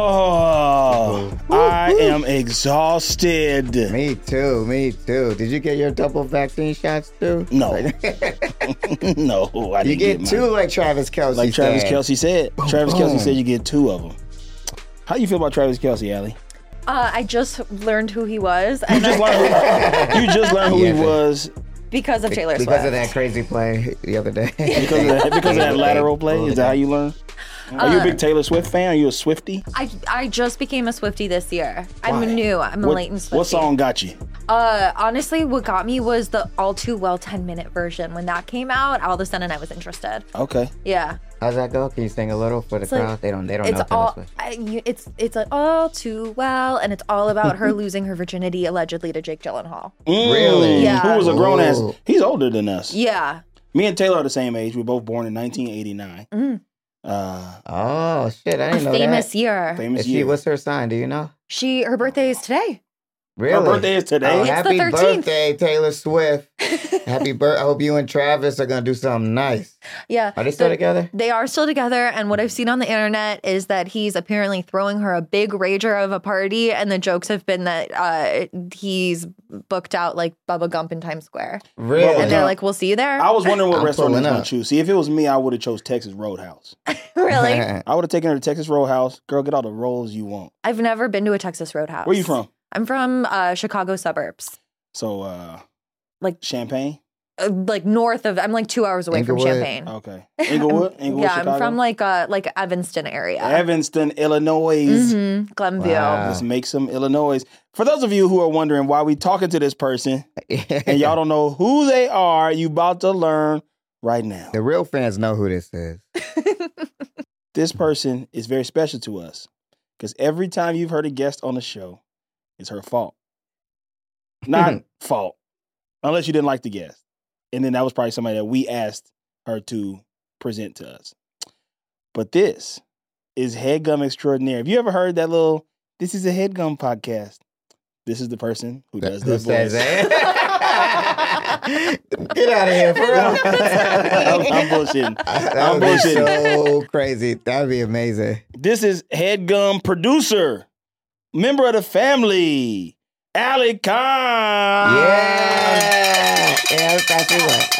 Oh, I am exhausted. Me too, me too. Did you get your double vaccine shots too? No, no, I You didn't get mine. two like Travis Kelsey. Like Travis said. Kelsey said, Travis Kelsey boom. said you get two of them. How you feel about Travis Kelsey, Allie? Uh, I just learned who he was, uh, and You just learned who, you just learned who Yeah, he man. was because of Taylor Because Swift. of that crazy play the other day. because of that, because of that lateral play. Is that how you learn? Are you a Uh, big Taylor Swift fan? Are you a Swifty? I I just became a Swifty this year. Why? I'm new. I'm a What, latent Swifty. what song got you? Uh, honestly, what got me was the all too well 10 minute version. When that came out, all of a sudden I was interested. Okay, Yeah, How's that go? Can you sing a little for the like- crowd? They don't. They don't it's know. Taylor all Swift. I, you, it's it's like all too well, and it's all about her losing her virginity allegedly to Jake Gyllenhaal. Mm, Really? Yeah. Who was a grown ass? Ooh. He's older than us. Yeah, Me and Taylor are the same age. We were both born in 1989. Mm. Uh, Oh shit! I a didn't know famous that. year. famous Is she? year. What's her sign? Do you know? she her birthday is today. Really? Her birthday is today. Oh, It's the happy 13th. birthday, Taylor Swift. happy birthday. I hope you and Travis are gonna do something nice. Yeah, Are they still The- together? They are still together, and what I've seen on the internet is that he's apparently throwing her a big rager of a party, and the jokes have been that uh, he's booked out like Bubba Gump in Times Square, Bubba and Gump. Really? they're like, "We'll see you there." I was wondering what I'm restaurant I was pulling gonna up. choose. See, if it was me, I would have chose Texas Roadhouse. really? I would have taken her to Texas Roadhouse. Girl, get all the rolls you want. I've never been to a Texas Roadhouse. Where you from? I'm from uh, Chicago suburbs, So, uh, Like- Champagne. uh, like north of. I'm like two hours away from Inglewood. Champagne. Okay, Inglewood, I'm- Oh. Inglewood, yeah, Chicago. I'm from like uh, like Evanston area. Evanston, Illinois. Mhm, Glenview. Wow. Let's make some Illinois. For those of you who are wondering why we talking to this person and y'all don't know who they are, you about to learn right now. the real fans know who this is. This person is very special to us because every time you've heard a guest on the show, it's her fault. Not fault, unless you didn't like the guest. And then that was probably somebody that we asked her to present to us. But this is Headgum Extraordinaire. Have you ever heard that little, this is a headgum podcast? This is the person who does Who that says voice. that? eh? Get out of here, for I'm, real. I'm bullshitting. That would I'm be bullshitting. so crazy. That would be amazing. This is headgum producer, member of the family, Ali Khan. Yeah. Yeah, that's actually what.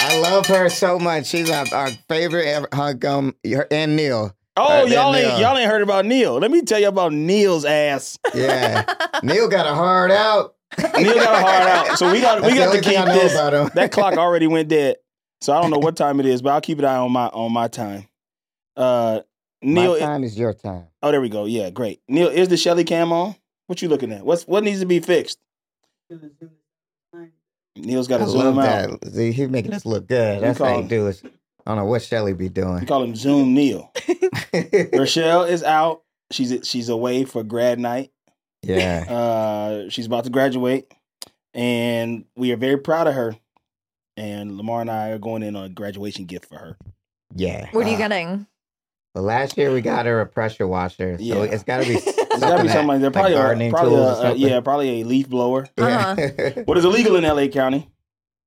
I, I love her so much. She's our, our favorite ever, hunk, um, her, and Neil. Oh, All right, y'all then, ain't uh, y'all ain't heard about Neil. Let me tell you about Neil's ass. Yeah. Neil got a hard out. Neil got a hard out, so we got That's we the got only to thing keep I know this. about him. That clock already went dead, so I don't know what time it is, but I'll keep an eye on my on my time. Uh, Neil. My time is your time. Oh, there we go. Yeah, great. Neil, is the Shelly cam on? What you looking at? What's what needs to be fixed? Neil's got I to zoom love out. that. See, he's making us look good. That's how call you do it. I don't know what Shelly be doing. We call him Zoom Neil. Rochelle is out. She's she's away for grad night. yeah. Uh, she's about to graduate, and we are very proud of her. And Lamar and I are going in on a graduation gift for her. Yeah. What are you Ah. getting? Well, last year we got her a pressure washer, so Yeah. it's got to be. It's gotta be that- something like that. like Probably, a, gardening probably tools a- or a- something. yeah, probably a leaf blower. Yeah. What is illegal in LA County?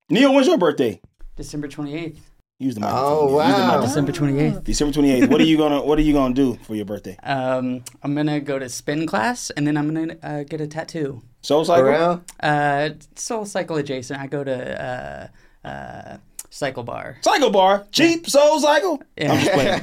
Neil, when's your birthday? December 28th. Use the microphone. oh Neil. Use the wow! microphone. December 28th. December twenty eighth. What are you gonna What are you gonna do for your birthday? Um, I'm going to go to spin class and then I'm going to uh, get a tattoo. Soul For cycle. real? Uh, soul cycle adjacent. I go to uh, uh, cycle bar. Cycle bar, cheap soul cycle. I'm just playing.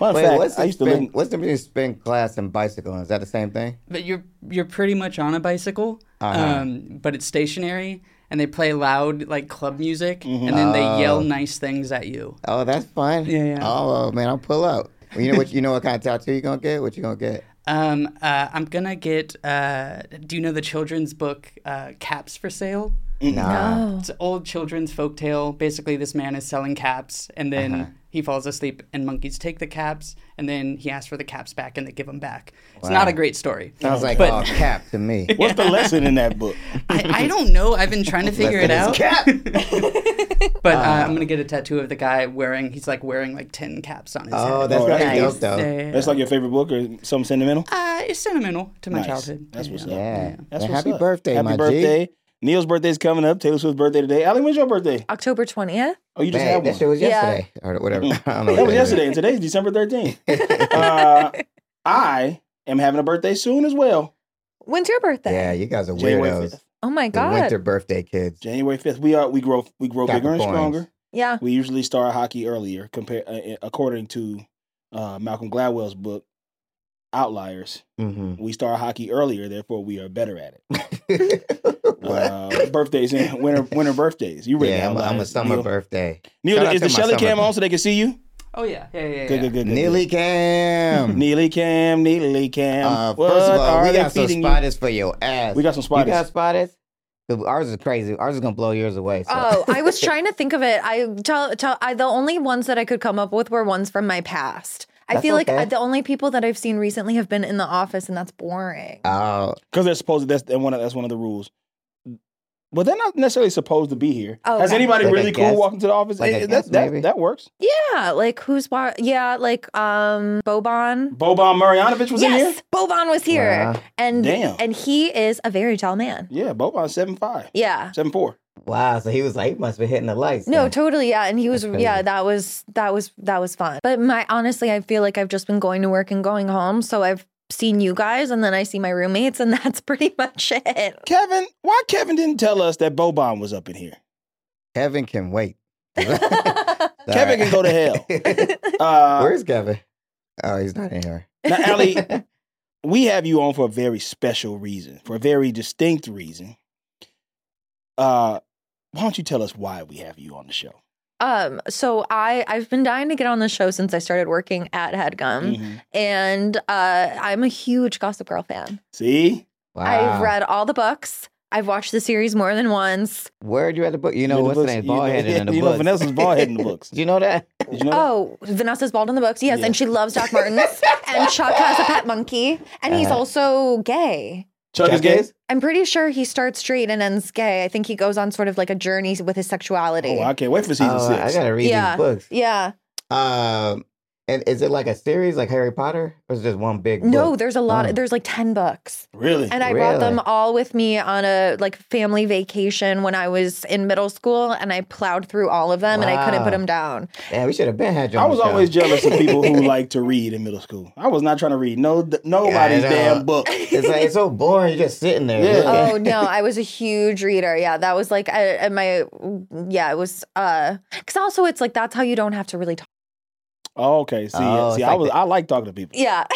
Fun Wait, fact, what's the I used to spin, live. what's the difference between spin class and bicycling? Is that the same thing? But you're you're pretty much on a bicycle. Um, but it's stationary and they play loud like club music and then they yell nice things at you. Oh, that's fun. Yeah, yeah. Oh man, I'll pull up. Well, you know what? You know what kind of tattoo you gonna get? What you gonna get? Um, uh, I'm going to get uh, do you know the children's book uh, Caps for Sale? Nah. Mm-hmm. Uh-huh. It's an old children's folktale. Basically, this man is selling caps, and then He falls asleep, and monkeys take the caps, and then he asks for the caps back, and they give them back. It's not a great story. Sounds like But- all cap to me. What's the lesson in that book? I, I don't know. I've been trying to figure it out. Cap. But uh, Uh-huh. I'm gonna get a tattoo of the guy wearing. He's like wearing like ten caps on his Oh, head. that's pretty nice. dope though. Yeah, yeah, yeah. That's like your favorite book or something sentimental? Uh, it's sentimental to my Nice. childhood. That's what's Yeah. up. Yeah. That's Well, what's happy up. birthday, Happy my birthday. G. Neil's birthday's coming up. Taylor Swift's birthday today. Allie, when's your birthday? October 20th. Oh, you just Man, had that one. shit was Yeah. yesterday or whatever. I don't know That what was is. yesterday, and today's December 13th. uh, I am having a birthday soon as well. When's your birthday? Yeah, you guys are January weirdos. 5th. Oh my The God. winter birthday kids. January 5th. We are we grow we grow bigger and Capricorns. stronger. Yeah. We usually start hockey earlier, compare uh, according to uh, Malcolm Gladwell's book, Outliers. Mm-hmm. We start hockey earlier, therefore we are better at it. what? Uh, birthdays and winter winter birthdays. You ready? yeah, I'm, a- I'm a summer Neil, birthday. Neil, Shout out is to the my Shelly summer cam birthday. on so they can see you? Oh yeah, yeah, yeah. yeah. Good, good, good, good. Neely good. Cam. Neely cam, Neely cam. Uh, What first of all, are we they got some feeding you? spotters for your ass. We got some You got spiders. spotters? Dude, Ours is crazy. Ours is gonna blow yours away. So. Oh, I was trying to think of it. I tell tell I the only ones that I could come up with were ones from my past. I That's feel like okay. I, the only people that I've seen recently have been in the office, and that's boring. Oh, Because they're supposed to, that's and one of that's one of the rules. But they're not necessarily supposed to be here. Oh, Has okay. anybody Like a really cool guest? walking to the office? Like a Eh, that, guest, that, maybe? that works. yeah, like who's wa- yeah, like um Boban. Boban Marjanovic was in yes, here. Boban was here, Wow. and Damn. and he is a very tall man. Yeah, Boban seven five, Yeah. seven four. wow. So he was like, he must be hitting the lights. No, then. totally. Yeah, and he was. That's crazy. Yeah, that was that was that was fun. But my honestly, I feel like I've just been going to work and going home, so I've seen you guys, and then I see my roommates, and that's pretty much it. Kevin, why Kevin didn't tell us that Boban was up in here? Kevin can wait. Kevin can go to hell. hell. Uh, Where's Kevin? Oh, he's not in here. now, Allie, we have you on for a very special reason, for a very distinct reason. Uh, why don't you tell us why we have you on the show? Um, so I I've been dying to get on the show since I started working at Um, Headgum, Mhm. and uh, I'm a huge Gossip Girl fan. See, Wow. I've read all the books. I've watched the series more than once. Where you read the book? You know Read the what's books, the name? you know- Ballhead in the you know books. Vanessa's bald head in the books. Do you know that? Did you know that? Oh, Vanessa's bald in the books, yes, Yeah. and she loves Doc Martens. and Chuck has a pet monkey, and he's Uh-huh. also gay. Chuck is gay. I'm pretty sure he starts straight and ends gay. I think he goes on sort of like a journey with his sexuality. Oh, I can't wait for season Oh, six. I gotta read Yeah. these books. yeah. Um, and is it like a series, like Harry Potter, or is it just one big? No, book? there's a lot. uh-huh. Oh. There's like 10 books. Really? And I brought them Really? all with me on a like family vacation when I was in middle school and I plowed through all of them and I couldn't Wow. put them down. Damn, we should have been had you. I on was the show. always jealous of people who like to read in middle school. I was not trying to read no nobody's Yeah, I know. damn book. It's like it's so boring. You're just sitting there. Yeah. looking. oh no i was a huge reader yeah that was like I, and my yeah it was uh because also it's like that's how you don't have to really talk Oh, okay, see, Oh, see, it's I like was the- I like talking to people. yeah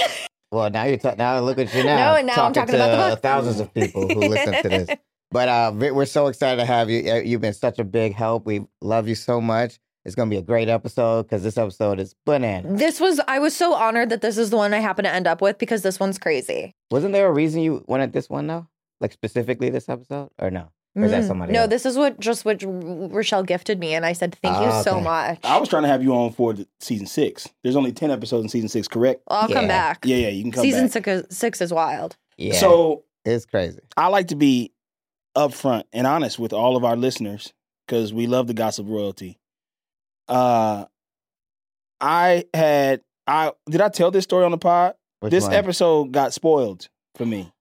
Well, now you're ta- now look at you now. No, and now I'm talking to about the book. thousands of people who listen to this. But uh, Vic, we're so excited to have you. Uh, You've been such a big help. We love you so much. It's gonna be a great episode because this episode is banana. this was i was so honored that this is the one i happen to end up with because this one's crazy Wasn't there a reason you wanted this one though? Like specifically this episode or no? Or is that Mm. somebody no else? this is what just what rochelle gifted me and i said thank you Ah, so okay. much I was trying to have you on for the, season six. There's only ten episodes in season six, correct? i'll come Yeah. back Yeah, yeah, you can come season back. six is, six is wild Yeah. So it's crazy. I like to be upfront and honest with all of our listeners because we love the gossip royalty. Uh, I had I did I tell this story on the pod? Which this one? episode got spoiled for me.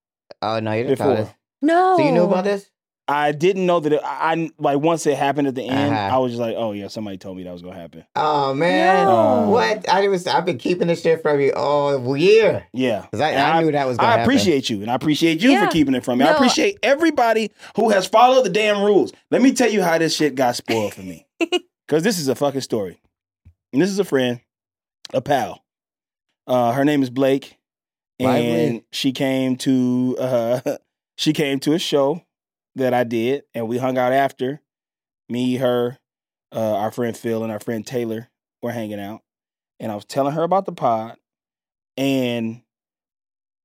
Oh no, you didn't tell Before. us. no So you knew about this? I didn't know that it, I I- like once it happened at the end, Uh-huh. I was just like, oh yeah, somebody told me that was gonna happen. Oh man, No. what? I was I've been keeping this shit from you all year Yeah. because I, And I, knew that was. Gonna I happen. appreciate you, and I appreciate you Yeah. for keeping it from me. I No. appreciate everybody who has followed the damn rules. Let me tell you how this shit got spoiled for me, because this is a fucking story. And this is a friend, a pal. Uh, her name is Blake, and Lively. she came to uh, she came to a show that I did, and we hung out after. Me, her, uh, our friend Phil, and our friend Taylor were hanging out, and I was telling her about the pod, and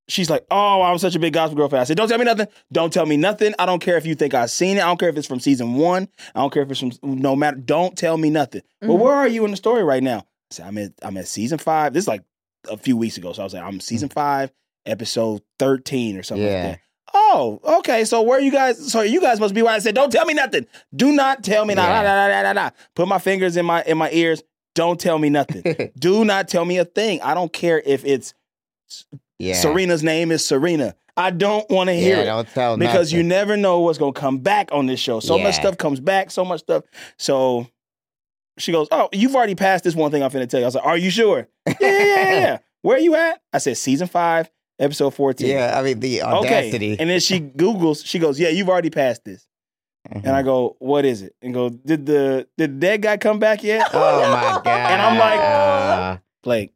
she's like, "Oh, I'm such a big Gospel Girl fan." I said, "Don't tell me nothing. Don't tell me nothing. I don't care if you think I've seen it. I don't care if it's from season one. I don't care if it's from no matter. Don't tell me nothing." But Mhm. Mm-hmm. where are you in the story right now? So I'm at I'm at season five. This is like a few weeks ago. So I was like, I'm season five, episode thirteen or something Mm-hmm. Yeah. like that. Oh, okay. So where you guys? So you guys must be why I said, don't tell me nothing. Do not tell me nothing. Yeah. Put my fingers in my in my ears. Don't tell me nothing. Do not tell me a thing. I don't care if it's yeah. Serena's name is Serena. I don't want to hear yeah, it don't tell because you nothing. never know what's gonna come back on this show. So Yeah. much stuff comes back, so much stuff. So she goes, "Oh, you've already passed this one thing I'm finna tell you." I was like, "Are you sure?" yeah, yeah, yeah, yeah, yeah. Where are you at? I said, "Season five, episode 14. Yeah, I mean the audacity. okay. And then she googles. She goes, "Yeah, you've already passed this." Mm-hmm. And Mm. I go, "What is it?" And go, "Did the did the dead guy come back yet?" oh my god! And I'm like, Blake,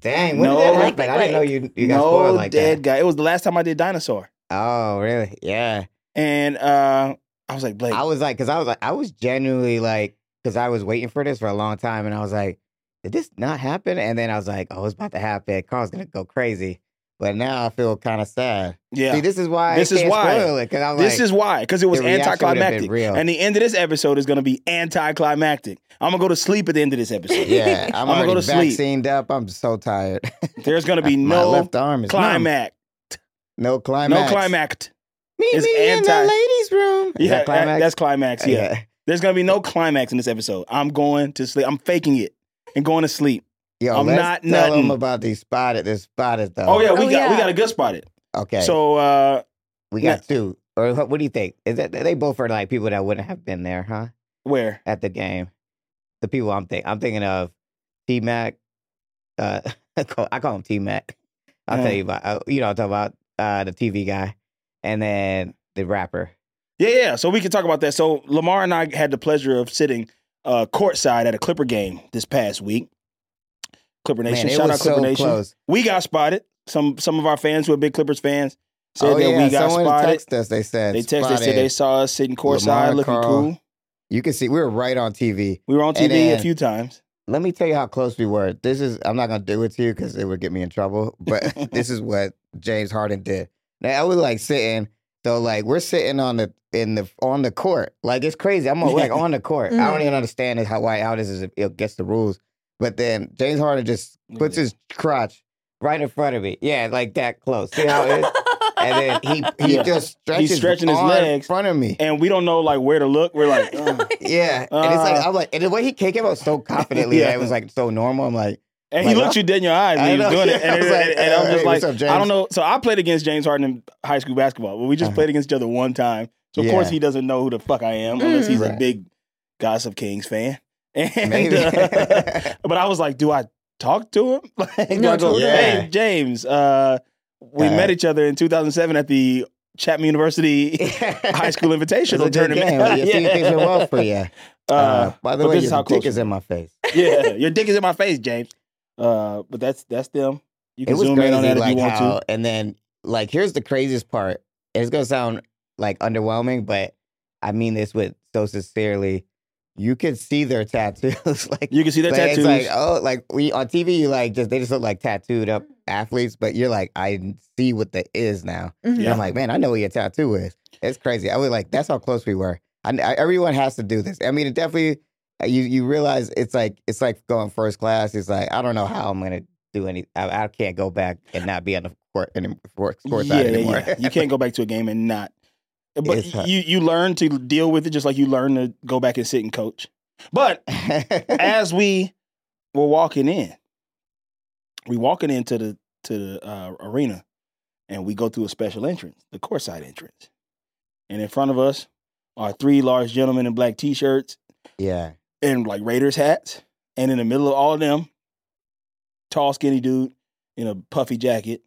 dang, when No. did that Like, happen? I didn't know you you got no spoiled like dead that. guy. It was the last time I did dinosaur, Oh really? Yeah. and uh, I was like, "Blake, I was like, because I was like, I was genuinely like, because I was waiting for this for a long time, and I was like, did this not happen? And then I was like, oh, it's about to happen. Carl's gonna go crazy. But now I feel kind of sad. yeah." See, this is why This I is can't why. spoil it because I'm This like, is why, because it was the reaction would've been anticlimactic. real. And the end of this episode is going to be anticlimactic. I'm going to go to sleep at the end of this episode. yeah, I'm I'm, gonna already go to sleep. vaccined up. I'm so tired. There's going to be My no left arm is numb. climax. No climax. No climax. Meet It's me anti- in the ladies' room. Is Yeah, that climax? that- that's climax. Yeah. yeah. There's going to be no climax in this episode. I'm going to sleep. I'm faking it and going to sleep. Yo, I'm let's not tell nothing. them about these spotted. This spotted though. Oh, yeah, we Oh, got we yeah. got a good spot it. Okay. So So uh, we got two. Or what, what do you think? Is that they both are like people that wouldn't have been there, huh? where? At the game, the people I'm thinking. I'm thinking of T Mac. Uh, I call, I call him T Mac. I'll Yeah. tell you about. Uh, you know, I'll talk about uh, the TV guy, and then the rapper. Yeah, yeah. So we can talk about that. So Lamar and I had the pleasure of sitting uh, courtside at a Clipper game this past week. Clipper Nation, Man, it shout out was Clipper so Nation. close. We got spotted. Some some of our fans who are big Clippers fans said oh that yeah, we got someone spotted. texted us. They said they texted us said spotted. they saw us sitting courtside Lamar, looking Carl. cool. You can see we were right on TV. We were on TV And a then- few times. let me tell you how close we were. This is I'm not gonna do it to you because it would get me in trouble. But this is what James Harden did. Now I was like sitting, so like we're sitting on the in the on the court. Like it's crazy. I'm like on the court. I Mm-hmm. don't even understand how why how this is against the rules. But then James Harden just puts his crotch right in front of me. Yeah, like that close. See how it is? and then he he Yeah. just stretches stretching his arm in legs. front of me. And we don't know like where to look. We're like, "Ugh." Yeah, and it's like Uh. I'm like, and the way he came out so confidently, Yeah. that it was like so normal. I'm like, and he Like, looked you dead in your eyes when I he was know. doing it. Yeah, I And, was it- like, and I was "Hey, just like, what's up, James?" I don't know. So I played against James Harden in high school basketball, but we just Uh-huh. played against each other one time. So of Yeah. course he doesn't know who the fuck I am unless he's a Right. big Gossip Kings fan. And Maybe. uh, But I was like, do I talk to him? Like, do No, I go, totally. hey, Yeah. James, uh, we Uh, met each other in 2007 at the Chapman University High School It's a Invitational good Tournament. game. Your team picks it well for you. Uh, Uh, by the but way, this is your how dick close- is in my face. yeah, your dick is in my face, James. Uh, but that's that's them. You It can was zoom crazy, in on that if like you want how. to. And then, like, here's the craziest part. It's gonna sound like underwhelming, but I mean this with so sincerely. You could see their tattoos. like, You can see their like, tattoos. It's like, oh, like we on TV, you like just they just look like tattooed up athletes, but you're like, I see what that is now. And yeah. I'm like, man, I know what your tattoo is. It's crazy. I was like, that's how close we were. I, I- everyone has to do this. I mean, it definitely. uh, You you realize it's like it's like going first class. It's like I don't know how I'm gonna do any. I, I can't go back and not be on the court anymore. Court court yeah, side yeah, anymore. yeah. You can't go back to a game and not. But It's hot. you you learn to deal with it just like you learn to go back and sit and coach. But as we were walking in, we walking into the to the uh, arena, and we go through a special entrance, the courtside entrance, and in front of us are three large gentlemen in black t-shirts yeah. and like Raiders hats, and in the middle of all of them, tall skinny dude in a puffy jacket,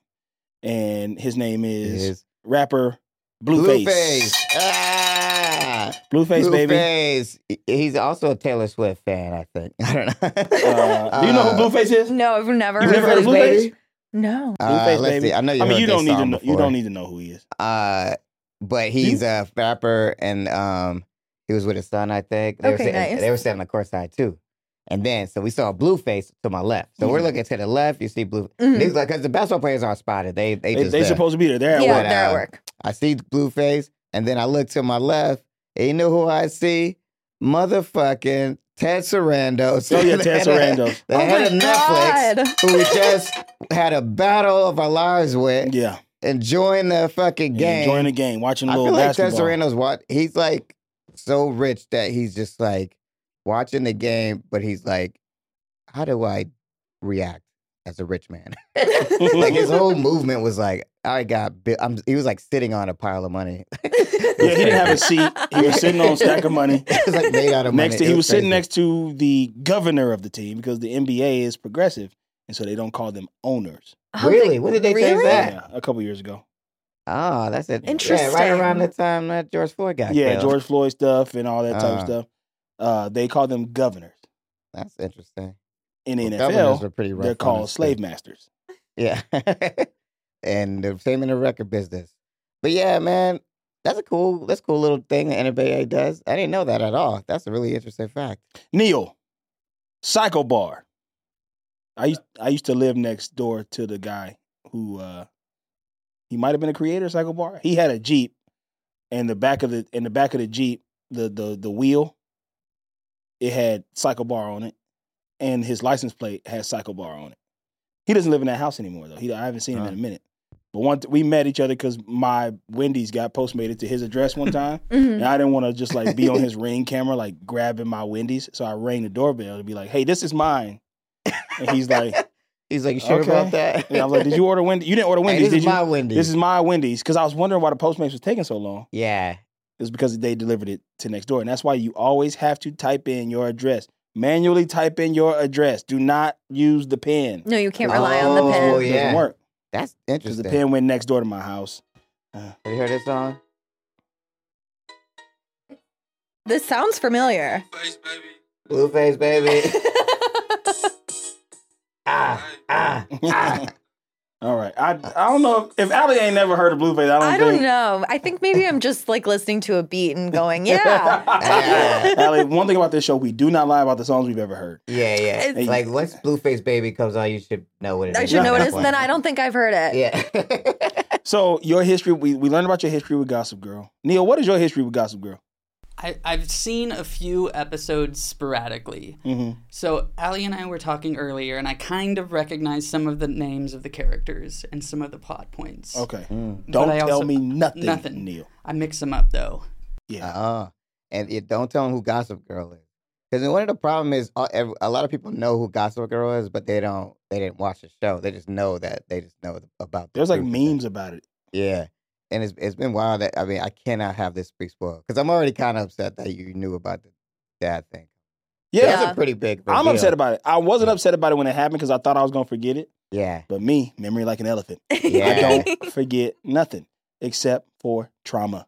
and his name is, Is rapper Blueface. Blueface. Ah, Blueface, baby. Blueface. He- He's also a Taylor Swift fan. I think. I don't know. Uh, do you know who Uh, Blueface is? No, I've never You've heard, never heard of of Blueface. Blueface? No. Uh, Blueface, let's baby. see. I know you. I mean, heard you this don't need to song know. You before. don't need to know who he is. Uh, Hmm? but he's a rapper, and um, he was with his son, I think. They were Okay, sitting, nice. They were sitting on the court side too. And then, so we saw a blue face to my left. So Hmm. we're Mhm. looking to the left. You see blue. Mhm. These like because the basketball players aren't spotted. They they, They, just they there. supposed to be there. They're at yeah, work. what, they're at uh, work. I see blue face, and then I look to my left. And you know who I see? Motherfucking Ted Sarandos. Oh, yeah, Ted Sarandos. Oh The head of Netflix, who we just had a battle of our lives with, Yeah. enjoying the fucking game. Enjoying the game, watching a I little feel like Ted basketball. Sarandos, what he's like so rich that he's just like watching the game, but he's like, how do I react as a rich man? like his whole movement was like, I got, bi- I'm, he was like sitting on a pile of money. yeah, he didn't have a seat. He was sitting on a stack of money. it was like made out of money. next to, It he was sitting crazy. next to the governor of the team because the NBA is progressive, and so they don't call them owners. Oh, Really? When did they change really? that? Yeah, a couple years ago. Oh, that's it. Interesting. Yeah, right around the time that George Floyd got yeah, killed. George Floyd stuff and all that type of Uh. stuff. Uh, they call them governors That's interesting. in the Well, governors NFL. are pretty rough They're on called us, slave too. masters. Yeah. and the same in the record business. But yeah, man, that's a cool that's a cool little thing the NBA does. I didn't know that at all. That's a really interesting fact. Neil, Psycho Bar. I used I used to live next door to the guy who uh, he might have been a creator of Psycho Bar. He had a Jeep, and the back of the in the back of the Jeep, the the the wheel, it had Psycho Bar on it, and his license plate had Psycho Bar on it. He doesn't live in that house anymore though. He I haven't seen him in a minute. But one we met each other because my Wendy's got postmated to his address one time. Mhm. Mm. And I didn't want to just like be on his ring camera, like grabbing my Wendy's. So I rang the doorbell to be like, hey, this is mine. And he's like, He's like, You sure about that? and I was like, did you order Wendy's? You didn't order Hey, Wendy's, this did is you? my Wendy's. this is my Wendy's. Because I was wondering why the Postmates was taking so long. Yeah. It was because they delivered it to next door. And that's why you always have to type in your address. Manually type in your address. Do not use the pen. No, you can't rely on the Oh, It pen. yeah. doesn't work. That's Because interesting. the pen went next door to my house. Have you heard this song? This sounds familiar. Blueface baby. ah, ah, ah. All right. I I don't know if, if Allie ain't never heard of Blueface. I don't I think. don't know. I think maybe I'm just like listening to a beat and going, yeah. Yeah. Allie, one thing about this show, we do not lie about the songs we've ever heard. Yeah, yeah. It's- like once Blueface Baby comes on, you should know what it is. I should know what it is. Yeah. Then I don't think I've heard it. Yeah. So your history, we, we learned about your history with Gossip Girl. Neil, what is your history with Gossip Girl? I, I've seen a few episodes sporadically. Mm-hmm. So Allie and I were talking earlier, and I kind of recognized some of the names of the characters and some of the plot points. Okay. Mm. Don't But I tell also- me nothing, nothing. Neil. I mix them up though. Yeah. Uh-uh. And it, don't tell them who Gossip Girl is. Because one of the problem is uh, ev- a lot of people know who Gossip Girl is, but they don't. They didn't watch the show. They just know that. They just know th- about. the There's like group and memes about it. thing. Yeah, and it's it's been wild. That I mean, I cannot have this be spoiled because I'm already kind of upset that you knew about the dad thing. Yeah. That's Yeah. a pretty big. I'm reveal. upset about it. I wasn't Yeah. upset about it when it happened because I thought I was gonna forget it. Yeah, But me, memory like an elephant. I yeah. don't forget nothing except for trauma.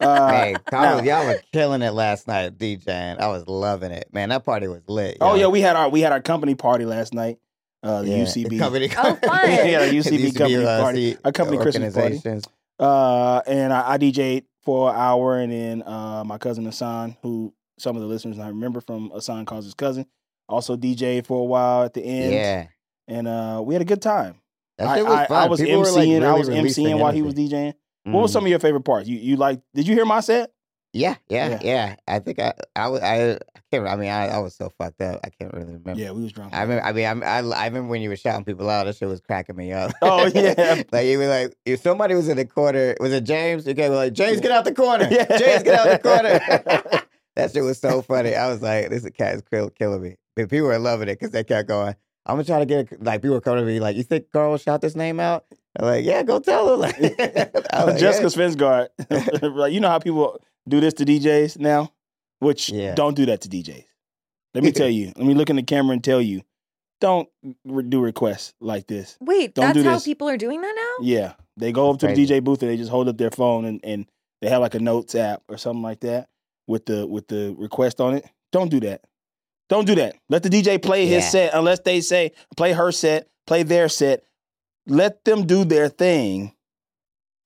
Uh, hey, Carlos, now- y'all were killing it last night, DJing. I was loving it, man. That party was lit. Oh yo. yeah, we had our we had our company party last night. Uh, the Yeah, UCB. Company, Oh, fun. Yeah, the UCB These company UCB, uh, party. see, A company Christmas party. organizations. Uh, and I, I DJ'd for an hour, and then uh, my cousin Asan, who some of the listeners I remember from Asan calls his cousin, also DJ'd for a while at the end. Yeah. And uh, we had a good time. That I, shit was I- fun. I was People were, MCing. I like, really was releasing MCing while he was energy. DJing. What was Mhm. some of your favorite parts? You you like? Did you hear my set? Yeah, yeah, Yeah. yeah, I think I, I, was- I, I can't. I mean, I, I was so fucked up. I can't really remember. Yeah, we was drunk. I remember. I mean, I'm- I, I remember when you were shouting people out. That shit was cracking me up. Oh, yeah. like you were like, if somebody was in the corner, was it James? You guys were like, James, Yeah. get out the corner. Yeah. James, get out the corner. that shit was so funny. I was like, this cat is kill, killing me. But people were loving it because they kept going. I'm gonna try to get a, like people were coming to me like, you think Carl will shout this name out? I'm like, yeah, go tell him. Like, I was like, Jessica "Yeah." Svensgaard. like you know how people do this to DJs now, which Yeah. don't do that to DJs. Let me tell you. Let me look in the camera and tell you. Don't re- do requests like this. Wait, Don't that's do how this. people are doing that now? Yeah, they go up to the Crazy. DJ booth and they just hold up their phone and, and they have like a notes app or something like that with the with the request on it. Don't do that. Don't do that. Let the DJ play his Yeah. set unless they say play her set, play their set. Let them do their thing.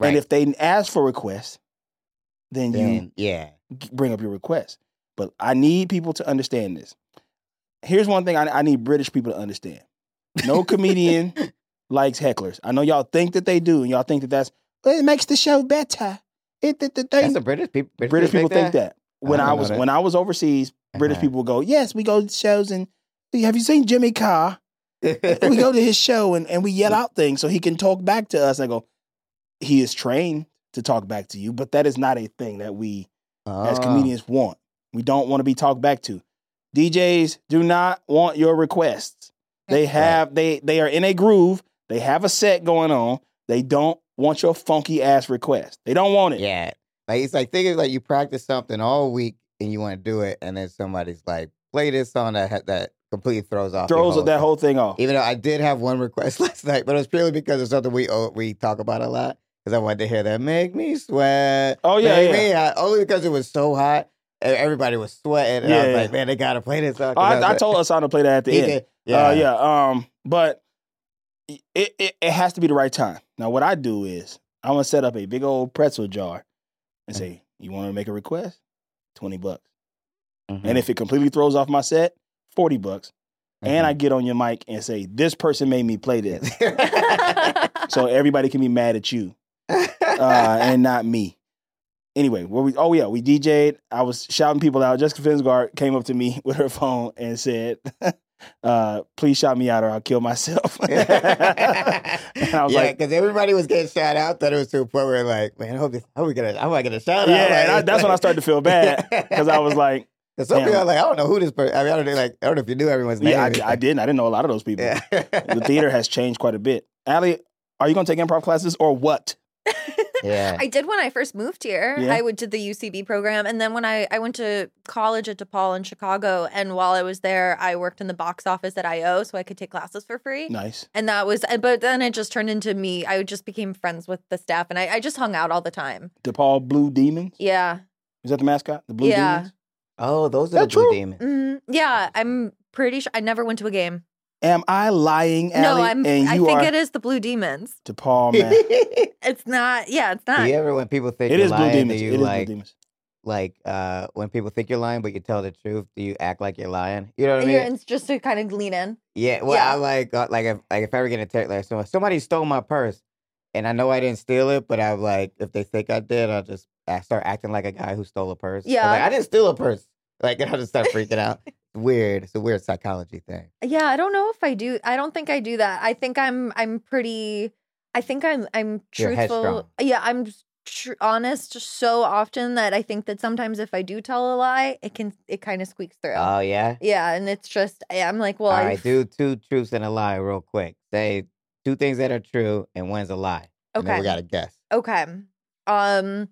Right. And if they ask for requests, then you Then, yeah. g- bring up your request. But I need people to understand this. Here's one thing I, I need British people to understand. No comedian likes hecklers. I know y'all think that they do, and y'all think that that's it makes the show better. It, the, the, That's the British people. Uh-huh. British people think that. When I I, didn't know was that. when I was overseas British people will go, yes, we go to shows and have you seen Jimmy Carr? we go to his show and, and we yell out things so he can talk back to us. I go, he is trained to talk back to you, but that is not a thing that we as Ah. comedians want. We don't want to be talked back to. DJs do not want your requests. They have they they are in a groove. They have a set going on. They don't want your funky ass request. They don't want it. Yeah. Like it's like thinking like you practice something all week and you want to do it, and then somebody's like, play this song that ha- that completely throws off your Throws that whole thing off. Even though I did have one request last night, but it was purely because it's something we oh, we talk about a lot. Because I wanted to hear that make me sweat. Oh, yeah, make yeah. me hot. Only because it was so hot and everybody was sweating. And I was Yeah, like, yeah. man, they gotta play this song. 'cause was I, I like- told Asana to play that at the He end. did. Yeah, Yeah, uh, yeah. Um, but it, it it has to be the right time. Now, what I do is I'm gonna set up a big old pretzel jar and say, "You want to make a request? Twenty bucks." Mhm. And if it completely throws off my set, forty bucks. And I Mhm. get on your mic and say, "This person made me play this," Mm-hmm. so everybody can be mad at you uh, and not me. Anyway, what we oh yeah, we DJ'd. I was shouting people out. Jessica Finsgard came up to me with her phone and said, uh, please shout me out or I'll kill myself. and I was yeah, like, because everybody was getting shout out. That it was to a point where like, man, I hope this, how we gonna, how am I gonna shout out? Yeah, and I- Like, that's when I started to feel bad because I was like, 'Cause some people damn. are like, I don't know who this person. I mean, I don't know, like, I don't know if you knew everyone's yeah, name. I, I didn't. I didn't know a lot of those people. Yeah. The theater has changed quite a bit. Allie, are you going to take improv classes or what? yeah. I did when I first moved here. Yeah. I would did the UCB program, and then when I I went to college at DePaul in Chicago, and while I was there, I worked in the box office at IO, so I could take classes for free. Nice. And that was, but then it just turned into me. I just became friends with the staff, and I, I just hung out all the time. DePaul Blue Demons. Yeah, Is that the mascot? The Blue Yeah. Demons? oh, those That are the blue true? demons. Mhm. yeah. I'm pretty sure I never went to a game. Am I lying, Allie? no, I'm. And I you think are it is the Blue Demons. DePaul, man. Do It's not. Yeah, it's not. you ever when people think It you're is Blue lying, Demons. do It you is Blue like Demons. like uh when people think you're lying but you tell the truth? Do you act like you're lying? You know what I And mean? you're in, just to kind of lean in. Yeah, well, Yeah. I like uh, like if like if I were getting a text like someone somebody stole my purse, and I know I didn't steal it, but I'm like if they think I did, I'll just I start acting like a guy who stole a purse. I'm Yeah. like, I didn't steal a purse. Like and I just start freaking out. It's weird. It's a weird psychology thing. Yeah, I don't know if I do. I don't think I do that. I think I'm I'm pretty. I think I'm I'm You're headstrong. truthful. Yeah, I'm tr- honest so often that I think that sometimes if I do tell a lie, it can it kind of squeaks through. Oh yeah. yeah, and it's just eh, I'm like, well, All I right, do two truths and a lie real quick. Say two things that are true and one's a lie. And then okay, we got to guess. okay. Um,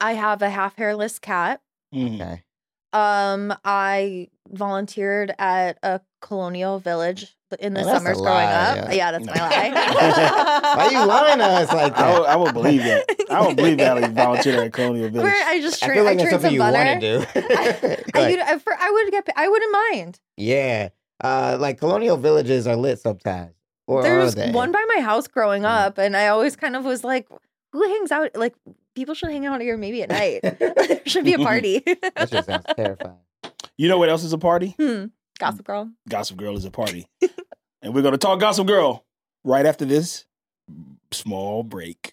I have a half hairless cat. Mhm. Okay. Um, I volunteered at a colonial village in the Man, that's a summers growing lie, up. yeah. Yeah, that's my No. lie. Why you lying to us like I that? would, I would believe that. I would believe Allie volunteered at Colonial Village. Where I just I tra- feel like I that's turned something some you want butter. to do. I, Like- you know, I- for, I would get. I wouldn't mind. Yeah. Uh, like colonial villages are lit sometimes. Or there are was they? Mm. one by my house growing Yeah. up, and I always kind of was like, "Who hangs out? Like, people should hang out here maybe at night. there should be a party." That just sounds terrifying. You know what else is a party? Hmm. Gossip Girl. Gossip Girl is a party. and we're going to talk Gossip Girl right after this small break.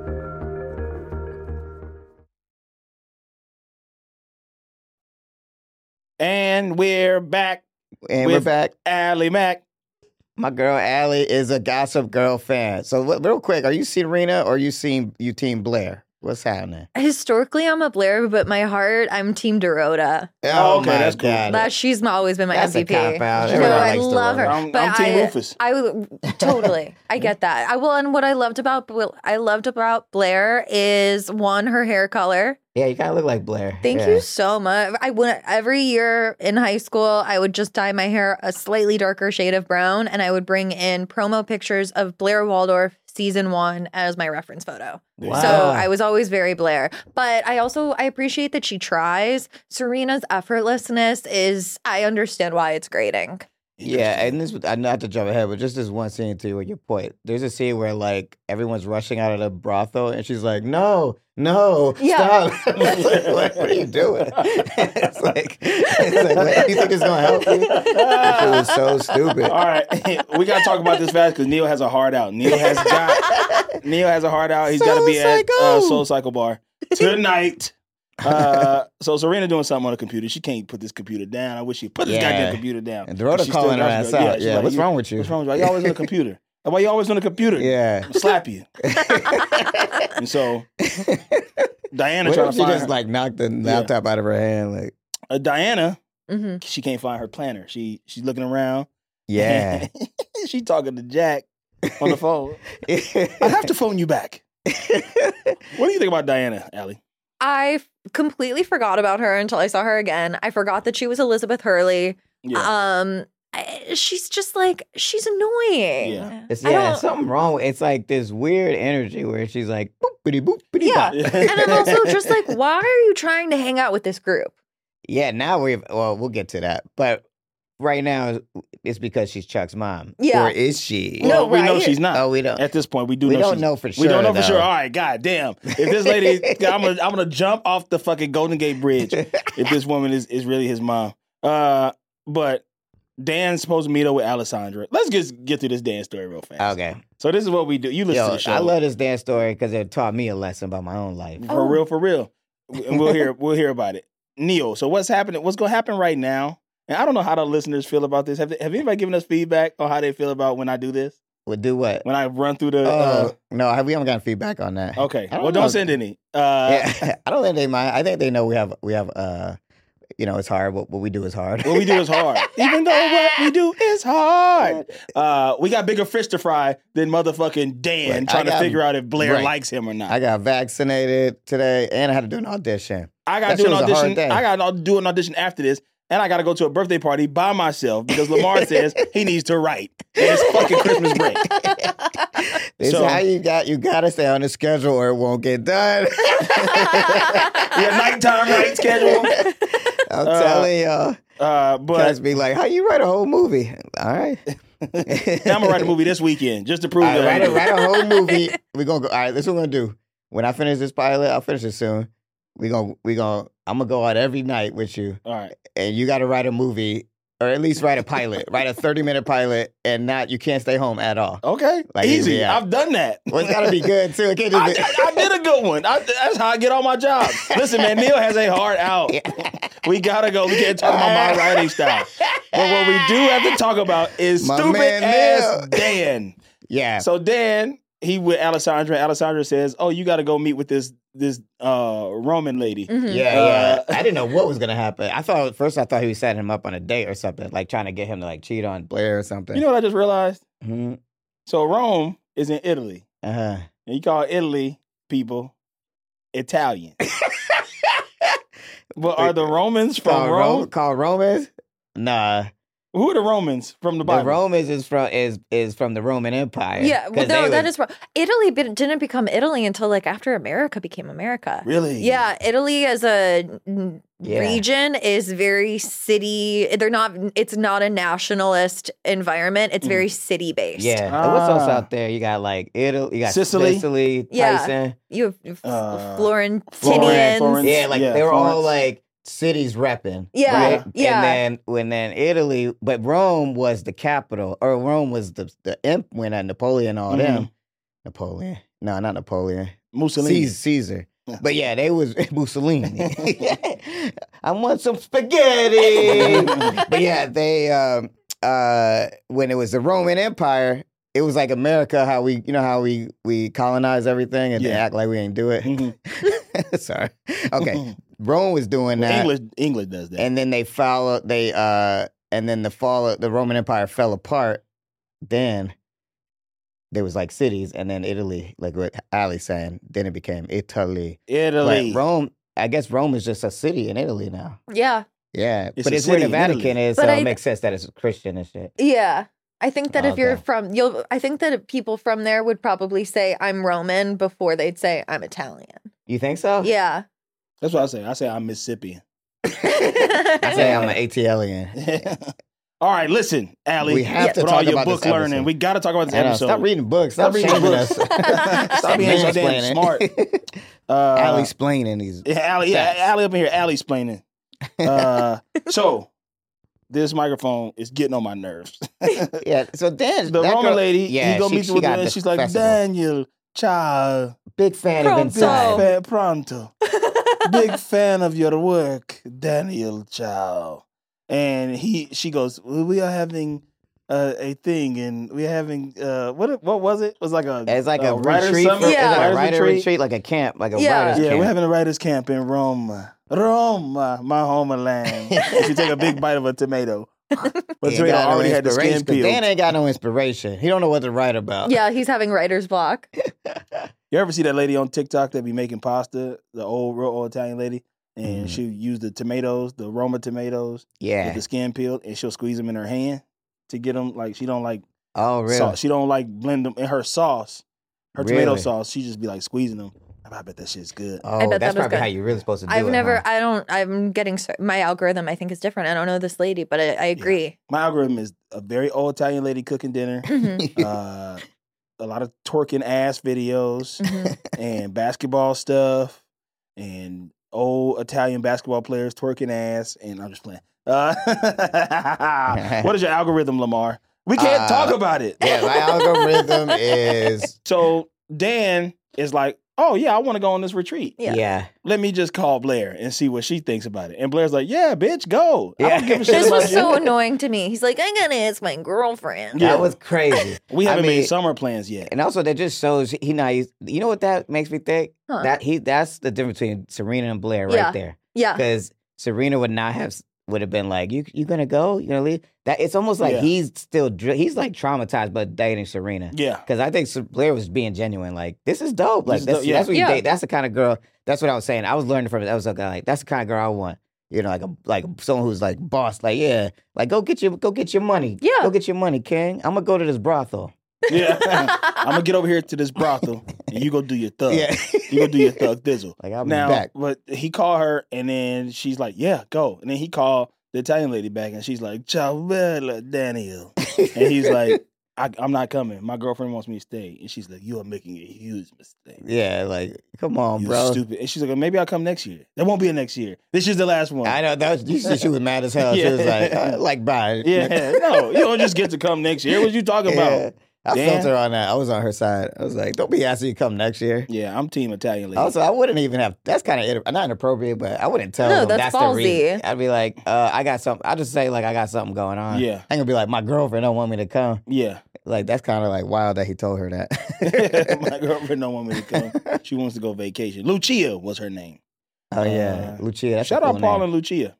And we're back. And With- we're back. Allie Mack. My girl Allie is a Gossip Girl fan. So what, real quick, are you seeing Rena or you seeing you team Blair? What's happening? Historically, I'm a Blair, but my heart, I'm Team Dorota. Oh, okay, that's cool. God. That she's my, always been my That's a MVP. cop-out. No, Everyone I likes love her. Dorota. I'm, but I'm Team I- Rufus. I w- totally. I get that. I will. And what I loved about Bl- I loved about Blair is one her hair color. Yeah, you kind of look like Blair. Thank yeah. you so much. I went every year in high school. I would just dye my hair a slightly darker shade of brown, and I would bring in promo pictures of Blair Waldorf season one as my reference photo. Wow. So I was always very Blair. But I also I appreciate that she tries. Serena's effortlessness is I understand why it's grading. Yeah, and this I not to jump ahead, but just this one scene too with your point. There's a scene where like everyone's rushing out of the brothel and she's like, No, no, Yeah. stop. It's like, what, what are you doing? it's like, it's like what, you think it's gonna help you? It was so stupid. All right, we gotta talk about this fast because Neil has a heart out. Neil has got Neil has a heart out. He's got to be Soul at uh, Cycle. Soul Cycle Bar tonight. Uh, so Serena doing something on the computer. She can't put this computer down. I wish she put this Yeah. goddamn computer down. And But Dorota she still calling her got to ass go. out. she's Yeah, like, what's wrong with you? What's wrong with you? You always on the computer. Why you always on the computer? Yeah. slap you. Mm-hmm. and so Diana What trying if to she find just her- like knocked the laptop out of her hand? Like, uh, Diana. hmm She can't find her planner. She she's looking around. yeah. she talking to Jack on the phone. I have to phone you back. What do you think about Diana, Allie? I f- completely forgot about her until I saw her again. I forgot that she was Elizabeth Hurley. Uh, Yeah. Um, I- she's just like she's annoying. Yeah. It's, I yeah, don't- something wrong. with- It's like this weird energy where she's like, boopity boopity Yeah. bop. and I'm also just like, why are you trying to hang out with this group? Yeah, now we've well, we'll get to that. But right now, it's because she's Chuck's mom. Yeah. or is she? No, Well, we know right? she's not. oh, we don't. At this point, we do. we know don't she's- know for sure. We don't know for sure. though. All right, goddamn. If this lady, I'm gonna, I'm gonna jump off the fucking Golden Gate Bridge. If this woman is is really his mom. Uh, but Dan's supposed to meet up with Alessandra. Let's just get through this Dan story real fast. okay, So this is what we do. You listen to yo, the show. Mm. I love this dance story because it taught me a lesson about my own life. For real, for real. And we'll hear we'll hear about it. Neil, so what's happening? What's gonna happen right now? And I don't know how the listeners feel about this. Have they, have anybody given us feedback on how they feel about when I do this? Well, do what? When I run through the Oh uh, no, I- we haven't gotten feedback on that. Okay. Uh, I don't well don't know. send any. Uh yeah, I don't think they mind. I think they know we have we have uh, you know, it's hard. What, what we do is hard. what we do is hard. Even though what we do is hard. Uh we got bigger fish to fry than motherfucking Dan Right. I trying to got- figure out if Blair right. likes him or not. I got vaccinated today, and I had to do an audition. I got to That do an shit was a hard audition. day. I got to do an audition after this, and I got to go to a birthday party by myself because Lamar says he needs to write. And it's fucking Christmas break. This So- is how you got you gotta stay on the schedule or it won't get done. Yeah, nighttime writing schedule. I'm telling y'all. Uh, but Guys be like, how you write a whole movie? All right. I'm gonna write a movie this weekend just to prove All that. right, I write, do. a, write a whole movie. We're gonna go. All right, this is what we're gonna do. When I finish this pilot, I'll finish it soon. We gonna we gonna I'm gonna go out every night with you, All right. and you gotta write a movie or at least write a pilot, write a 30 minute pilot, and not you can't stay home at all. Okay. Like, Easy. yeah. I've done that. Well, it's gotta be good too. It can't I, just be- I- I did a good one. I, that's how I get all my jobs. Listen, man, Neil has a hard out. We gotta go. We can't talk about my writing style. But what we do have to talk about is My stupid man ass Neil. Dan. yeah. So Dan, he with Alessandra. Alessandra says, "Oh, you got to go meet with this this uh Roman lady." Yeah, Uh, yeah. I didn't know what was gonna happen. I thought first I thought he was setting him up on a date or something, like trying to get him to like cheat on Blair or something. You know what I just realized? hmm So Rome is in Italy, uh-huh. and you call Italy people Italian. but are the Romans from Call Rome? Ro- call Romans. Nah, Who are the Romans from the the Bible? Romans is from is is from the Roman Empire. Yeah, well, 'Cause no, they that was- is wrong. Italy be- didn't become Italy until like after America became America. Really? Yeah, Italy as a n- Yeah. region is very city. They're not. It's not a nationalist environment. It's very city based. Mm. Yeah, and what's else Ah. out there? You got like Italy, you got Sicily? Sicily, Yeah. Tyson. you have f- Uh, Florentinians. Florence. Yeah, like Yeah, they were all Florence. like cities repping. Yeah, right? yeah. And then when then Italy, but Rome was the capital, or Rome was the the imp when uh, Napoleon Mm. all them. Napoleon, no, not Napoleon. Mussolini. Caesar, Caesar. But yeah, they was Mussolini. I want some spaghetti. but yeah, they um uh when it was the Roman Empire, it was like America, how we you know how we we colonize everything and Yeah. act like we ain't do it. Mhm. Sorry. Okay. Rome was doing that. English English does that. And then they followed they uh and then the fall of the Roman Empire fell apart. Then there was like cities and then Italy, like what Ali's saying, then it became Italy. Italy. But Rome I guess Rome is just a city in Italy now. Yeah. Yeah, It's but a it's where city the in Italy. Vatican is, But so I- it makes sense that it's Christian and shit. Yeah. I think that if you're Okay. from you'll I think that people from there would probably say I'm Roman before they'd say I'm Italian. You think so? Yeah. That's what I say. I say I'm Mississippian. I say I'm an ATLian. all right, listen, Allie. We have to with all talk your about this book learning. episode. We got to talk about this Anna, episode. Stop reading books. Stop, Stop reading shaming books. us. Stop being so damn smart. Uh, Allie explaining these. Yeah, Allie, yeah, Facts. Allie up in here, Allie explaining. Uh, so, this microphone is getting on my nerves. the Yeah. So then that Roman girl- lady, Yeah, he go she- meet she you with got her, and the she's like, festival. Daniel, child, big fan of Pronto. Inside. fa- pronto. Big fan of your work, Daniel, child. And he, she goes, "Well, we are having uh, a thing, and we are having uh, what? What was it? It was like a It's like a, writer's retreat. summit? For, it's Yeah. like a Writer's writer retreat. like a camp, like a Yeah. writer's Yeah, camp. we're having a writers' camp in Rome. Rome, my homeland. if you take a big bite of a tomato, but He ain't tomato got no already had the skin inspiration, 'cause peeled. Dan ain't got no inspiration. He don't know what to write about. yeah, he's having writer's block. You ever see that lady on TikTok that be making pasta? The old, real old Italian lady, and Mhm. she use the tomatoes, the Roma tomatoes, with Yeah. the skin peeled, and she'll squeeze them in her hand to get them. Like she don't like Oh, really? sauce. She don't like blend them in her sauce, her tomato Really? sauce. She just be like squeezing them. I bet that shit's good. Oh, bet that that's was probably good. how you're really supposed to do it. I've never huh? I don't I'm getting cer- my algorithm I think is different. I don't know this lady, but I, I agree. My algorithm is a very old Italian lady cooking dinner. Mhm, uh, a lot of twerking ass videos mhm. and basketball stuff and old Italian basketball players twerking ass. And I'm just playing. Uh, what is your algorithm, Lamar? We can't Uh, talk about it. yeah, my algorithm is. So Dan is like, oh, yeah, I want to go on this retreat. Yeah. Yeah. yeah. Let me just call Blair and see what she thinks about it. And Blair's like, yeah, bitch, go. I Yeah. don't give a shit This about was you. so annoying to me. He's like, I'm gonna ask my girlfriend. Yeah. That was crazy. We haven't I mean- made summer plans yet. And also, that just shows he not. used- You know what that makes me think? Huh. That he that's the difference between Serena and Blair right Yeah. there. Yeah. Because Serena would not have would have been like, "You you gonna go? You gonna leave?" That it's almost like Yeah. he's still dr- he's like traumatized by dating Serena. Yeah. Because I think Ser- Blair was being genuine. Like, this is dope. Like, is that's, dope, yeah. that's what you Yeah. date. That's the kind of girl. That's what I was saying. I was learning from it. I was like, like that's the kind of girl I want. You know, like a like someone who's like boss. Like, yeah, like go get your go get your money. Yeah. go get your money, King. I'm gonna go to this brothel. Yeah. I'm gonna get over here to this brothel, and you go do your thug. You go do your thug dizzle. Like I'll be now, back. but he called her, and then she's like, "Yeah, go." And then he called the Italian lady back, and she's like, "Ciao, bella Daniel," and he's like, I, "I'm not coming. My girlfriend wants me to stay," and she's like, "You are making a huge mistake." Yeah, like come on, you bro. stupid. And she's like, maybe I'll come next year. There won't be a next year. This is the last one. I know that was, you said she was mad as hell. She was like, Yeah. uh, like bye. yeah, no, you don't just get to come next year. What you talking Yeah. about? I Dan? felt her on that. I was on her side. I was like, don't be asking you to come next year. Yeah, I'm team Italian lady. Also, I wouldn't even have. That's kind of not inappropriate, but I wouldn't tell No, them that's that's, the reason. ballsy. I'd be like, uh, I got something. I just say like I got something going on. Yeah. I ain't gonna be like my girlfriend don't want me to come. yeah. Like that's kind of like wild that he told her my that. girlfriend don't want me to come. She wants to go vacation. Lucia was her name. oh yeah, Uh, Lucia. That's a Shout out cool Paul name. and Lucia.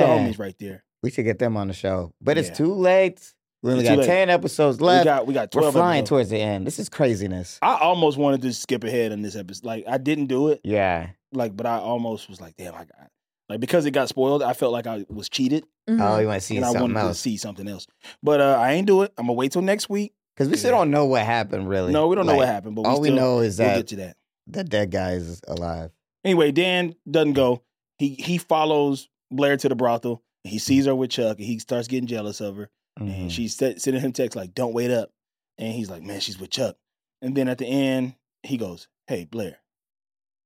Those the homies right there. we should get them on the show, but it's Yeah. too late. We only It's too got late. ten episodes We left. got we got We're 12 flying episodes. towards the end. This is craziness. I almost wanted to skip ahead in this episode. Like I didn't do it. Yeah. Like, but I almost was like, damn, I got like because it got spoiled, I felt like I was cheated Oh, Mhm. you want to see Mm-hmm. and I something wanted to else? see something else. But uh, I ain't do it. I'm gonna wait till next week. Because we still Yeah. don't know what happened, really. No, we don't know what Like, happened, but All we we still, know is we'll that get to that. that dead guy is alive. Anyway, Dan doesn't go. He he follows Blair to the brothel. He sees her with Chuck and he starts getting jealous of her. Mhm. And she's se- sending him text like, "Don't wait up," and he's like, "Man, she's with Chuck." And then at the end, he goes, "Hey Blair,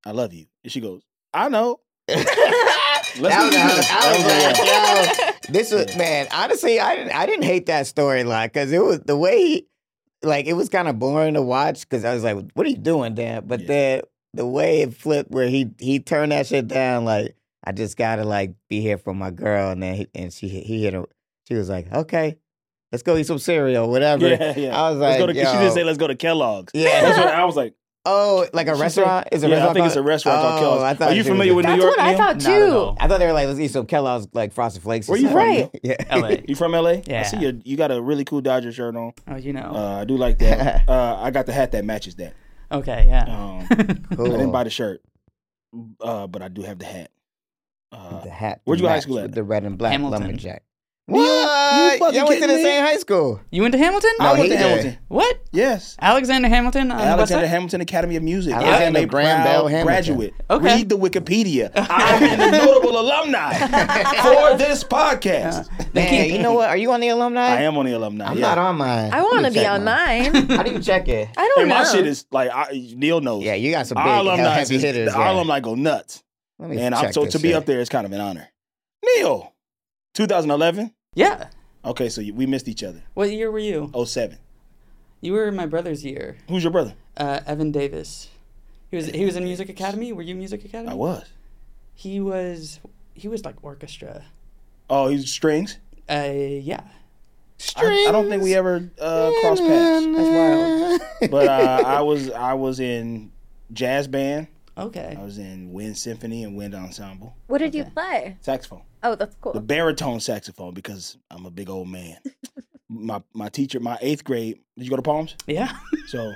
I love you," and she goes, "I know." That was- I was like, yo, this was Yeah. man. Honestly, I didn't. I didn't hate that storyline because it was the way he, like, it was kind of boring to watch. Because I was like, "What are you doing, Dan?" But Yeah. then the way it flipped, where he he turned that shit down, like, I just gotta like be here for my girl, and then he, and she he hit her. She was like, "Okay, let's go eat some cereal, whatever." Yeah, yeah. I was Let's like, go to, she didn't say, yo. "Let's go to Kellogg's." Yeah. That's what I was like. Oh, like a She restaurant? said- Is a yeah, I restaurant think it's a called- restaurant called Oh, Kellogg's. I thought Are you it was- familiar with New That's York? what I Neil? thought Not at too. all. I thought they were like, let's eat some Kellogg's like Frosted Flakes. or Where you from? something. Neil? Yeah. LA. You from LA? I Yeah. see you. You got a really cool Dodger shirt on. Oh, you know. Uh, I do like that. Uh, I got the hat that matches that. okay, yeah. Um, I Cool. didn't buy the shirt. uh, but I do have the hat. Uh, the hat. where'd to you go to high match school at? with The red and black Hamilton. lumberjack. You- you What? fucking You, went to kidding the me? same high school. You went to Hamilton? No, I went he to did. Hamilton. What? Yes. Alexander Hamilton on the west Alexander side? Hamilton Academy of Music. Uh, Alexander I am a Graham proud Bell Hamilton. graduate. Okay. Read the Wikipedia. I am a notable alumni for this podcast. Uh, Man, you know what? Are you on the alumni? I am on the alumni. I'm yeah. not on mine. I want to be on mine. mine. How do you check it? I don't and know. my shit is like I, Neil knows. Yeah, you got some big our alumni, heavy is- hitters. our yeah. alumni go nuts, Let me and I'm, check so this to be shit. up there is kind of an honor. Neil, 2011. Yeah. Okay, so you, we missed each other. What year were you? 07. You were my brother's year. Who's your brother? Uh, Evan Davis. He was he was in music academy. Were you in music academy? I was. He was he was like orchestra. Oh, he's strings. Uh, yeah. I, I don't think we ever uh, crossed paths. That's wild. But uh, I was I was in jazz band. Okay. I was in wind symphony and wind ensemble. What did you play? Saxophone. Oh, that's The cool. baritone saxophone because I'm a big old man. my my teacher, my eighth grade. Did you go to Palms? Yeah. So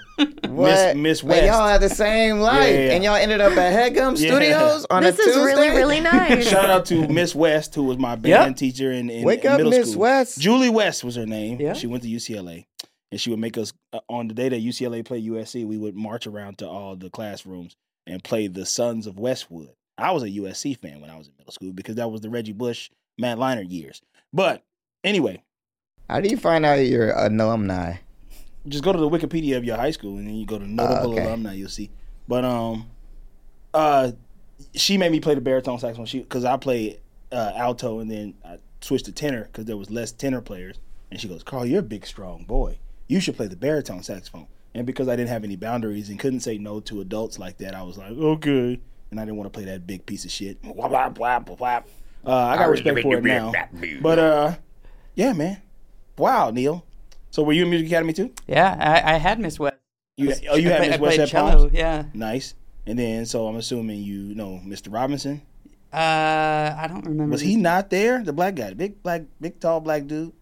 Miss What? Miss Wait, West. y'all had the same life, Yeah, yeah. and y'all ended up at Headgum Yeah. Studios on This a is Tuesday. really, really nice. Shout out to Miss West, who was my band teacher in, in Wake in up, middle Miss school. West. Julie West was her name. Yeah. She went to UCLA, and she would make us uh, on the day that UCLA played USC. We would march around to all the classrooms and play the Sons of Westwood. I was a USC fan when I was in middle school because that was the Reggie Bush, Matt Leinart years. But anyway, How do you find out you're an alumni? just go to the Wikipedia of your high school, and then you go to notable okay. alumni. You'll see. But um, uh, she made me play the baritone saxophone. She because I played uh, alto, and then I switched to tenor because there was less tenor players. And she goes, "Carl, you're a big, strong boy. You should play the baritone saxophone." And because I didn't have any boundaries and couldn't say no to adults like that, I was like, "Okay." And I didn't want to play that big piece of shit. Wap, wap, wap, wap, wap. Uh, I got respect for it now. But uh, yeah, man. Wow, Neil. So were you in music academy too? Yeah. I, I had Miss West. You, oh, you I had play- Miss I played West at cello. Palms? Yeah. Nice. And then, so I'm assuming you know Mr. Robinson. Uh, I don't remember. Was he Mm-hmm. not there? The black guy, the big black, big tall black dude,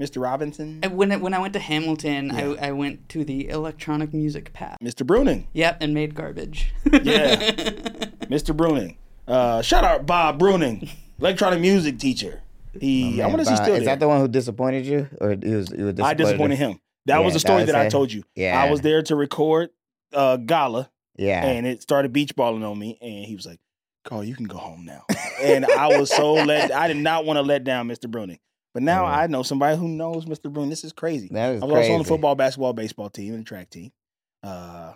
Mr. Robinson, And When I- when I went to Hamilton, I, I went to the electronic music path. Mr. Bruning. Yep, and made garbage. Yeah, Mr. Bruning. Uh, shout out Bob Bruning, electronic music teacher. He, I Oh, Man, wonder if he's Bob- still Is there. that the one who disappointed you, or he was? He was disappointed I disappointed him. That Yeah, was the story that that, was I it. told you. Yeah. I was there to record uh, Gala. Yeah. and it started beach balling on me. And he was like, Carl, you can go home now. and I was so let I did not want to let down Mr. Bruning. But now Yeah. I know somebody who knows Mr. Bruning. This is crazy. That is I was also on the crazy. football, basketball, baseball team, and the track team. Uh,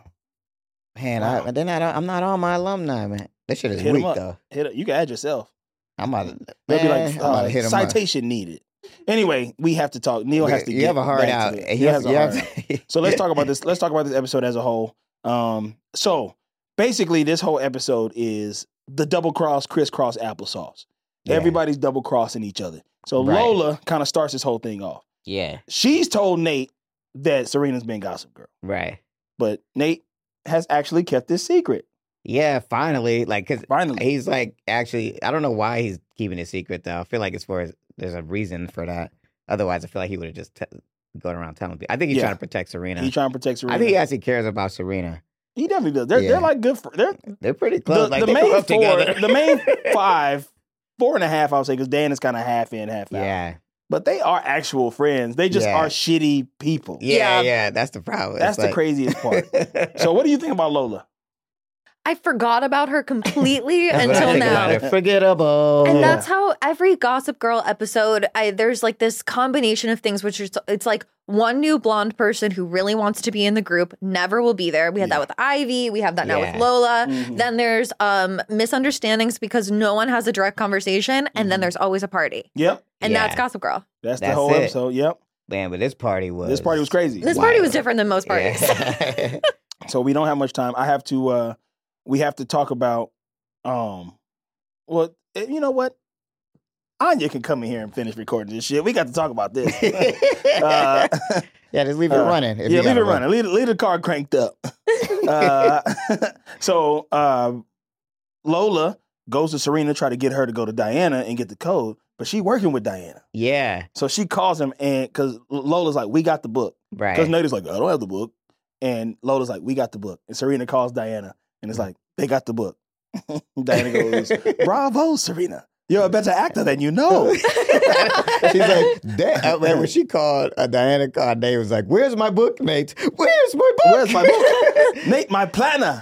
man, Wow. I, then I don't, I'm not on my alumni, man. This shit is hit weak him up. though. Hit up. You can add yourself. I'm about to. They'll be like, man, I'm uh, about to hit him up. citation needed. Anyway, we have to talk. Neil has to. You get have a hard back out. to it. He He has a you hard have out. to- So let's talk about this. Let's talk about this episode as a whole. Um, so basically, this whole episode is the double cross, crisscross applesauce. Yeah. Everybody's double crossing each other. So Right. Lola kind of starts this whole thing off. Yeah. She's told Nate that Serena's been Gossip Girl, Right. but Nate has actually kept this secret. Yeah. Finally, like, cause Finally, he's like actually i don't know why he's keeping it secret though i feel like it's for there's a reason for that otherwise i feel like he would have just te- gone around telling people i think he's Yeah. trying to protect serena he trying to protect Serena. i think he actually cares about serena he definitely does. They're, Yeah. they're like good. For, they're they're pretty close the, like the they grew main up together four, the main five, four and a half. I would say because Dan is kind of half in, half out. yeah but they are actual friends. They just Yeah. are shitty people. Yeah. yeah yeah that's the problem That's It's the like- craziest part. so, what do you think about Lola? I forgot about her completely That's what I until think now. about it. forgettable And Yeah. that's how every Gossip Girl episode, I, there's like this combination of things, which is it's like one new blonde person who really wants to be in the group never will be there. We had Yeah. that with Ivy. We have that now with Yeah. Lola. Mhm. Then there's um, misunderstandings because no one has a direct conversation, and Mm-hmm. then there's always a party, Yep, and Yeah. that's Gossip Girl. that's, the That's whole it. episode. Yep, man but this party was this party was crazy. This party Wild. was different than most parties. yeah. so we don't have much time. I have to. uh We have to talk about. um Well, eh, you know what? Anya can come in here and finish recording this shit. We got to talk about this. uh, yeah just leave it Uh, running if yeah, you leave gotta it run. running. Leave, leave the car cranked up. uh, so uh, Lola goes to Serena to try to get her to go to Diana and get the code, but she working with Diana. yeah So she calls him and because Lola's like, "We got the book." Because right Nadia's like, "I Mm. don't have the book," and Lola's like, "We got the book." And Serena calls Diana and it's like, "They got the book." Diana goes, Bravo, Serena. You're a better actor than you know. She's like, "Da- I mean, Oh, when she called uh, Diana called, Dave was like, "Where's my book, Nate? Where's my book? Where's my book? Nate, my planner.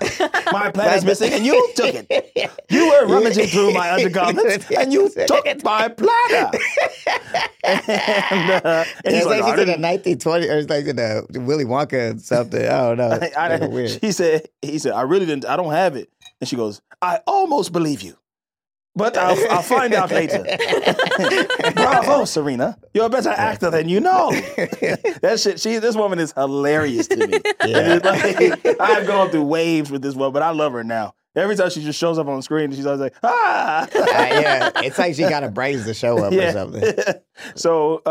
My planner's missing, and you took it. You were rummaging through my undergarments, and you took my planner. and, uh, and It's he's like, like I she's in the didn't. 1920s, or it's like in the Willy Wonka or something. I don't know. It's I kinda didn't- weird. She said, he said, I really didn't. I don't have it. And she goes, I almost believe you, but I'll, I'll find out later. Bravo, Serena. You're a better actor than you know. that shit. She. This woman is hilarious to me. And Uh, it's like, I've gone through waves with this woman, but I love her now. Every time she just shows up on screen, she's always like, ah. Uh, yeah, it's like she got a brains to show up or Oh, something. so,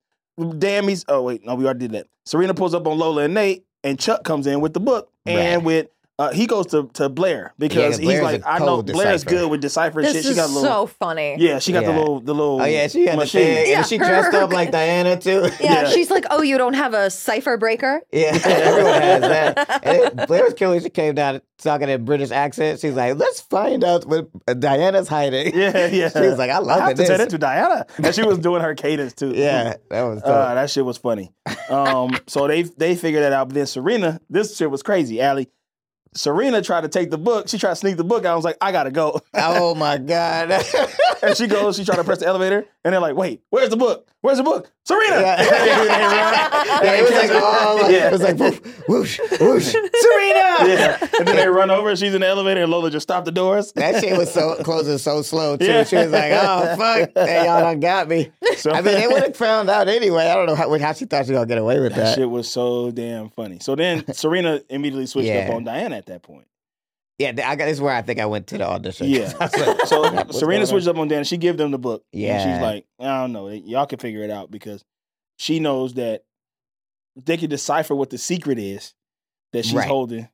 um, damn, he's. Oh wait, no, we already did that. Serena pulls up on Lola and Nate, and Chuck comes in with the book and Right. with. Uh, he goes to, to Blair because 'cause he's Blair's like, a I know cold Blair's decipher. good with deciphering This shit. She is got a little, so funny. yeah, she got the Yeah. little, the little. Oh yeah, she had the machine. thing, Yeah, and she dressed her- up like Diana too. Yeah, Yeah. she's like, "Oh, you don't have a cipher breaker?" Yeah, everyone has that. And it- Blair was killing. She came down talking in British accent. She's like, "Let's find out what Diana's hiding." Yeah, yeah. She was like, "I I love have it." to say this." that to Diana, and she was doing her cadence too. Yeah, that was. Dope. Uh, that shit was funny. Um, so they they figured that out. But then Serena, this shit was crazy. Allie, Serena tried to take the book. She tried to sneak the book. out. I was like, I gotta go. oh my god. and she goes. She tried to press the elevator, and they're like, Wait, where's the book? Where's the book? Serena. Yeah, it was like all like, Yeah. it was like whoosh, whoosh, whoosh. Serena. yeah. And then they run over. She's in the elevator, and Lola just stopped the doors. That shit was so closing so slow too. Yeah. She was like, "Oh fuck, hey, y'all done got me." So- I mean, they would have found out anyway. I don't know how, how she thought she was gonna get away with That that. shit was so damn funny. So then Serena immediately switched Yeah. up on Diana at that point. Yeah, th- I got. This is where I think I went to the audition. Yeah. I was like, So "What's going Serena on?" switches up on Dan. She give them the book. And Yeah. she's like, I don't know. Y'all can figure it out because she knows that they can decipher what the secret is that she's Right. holding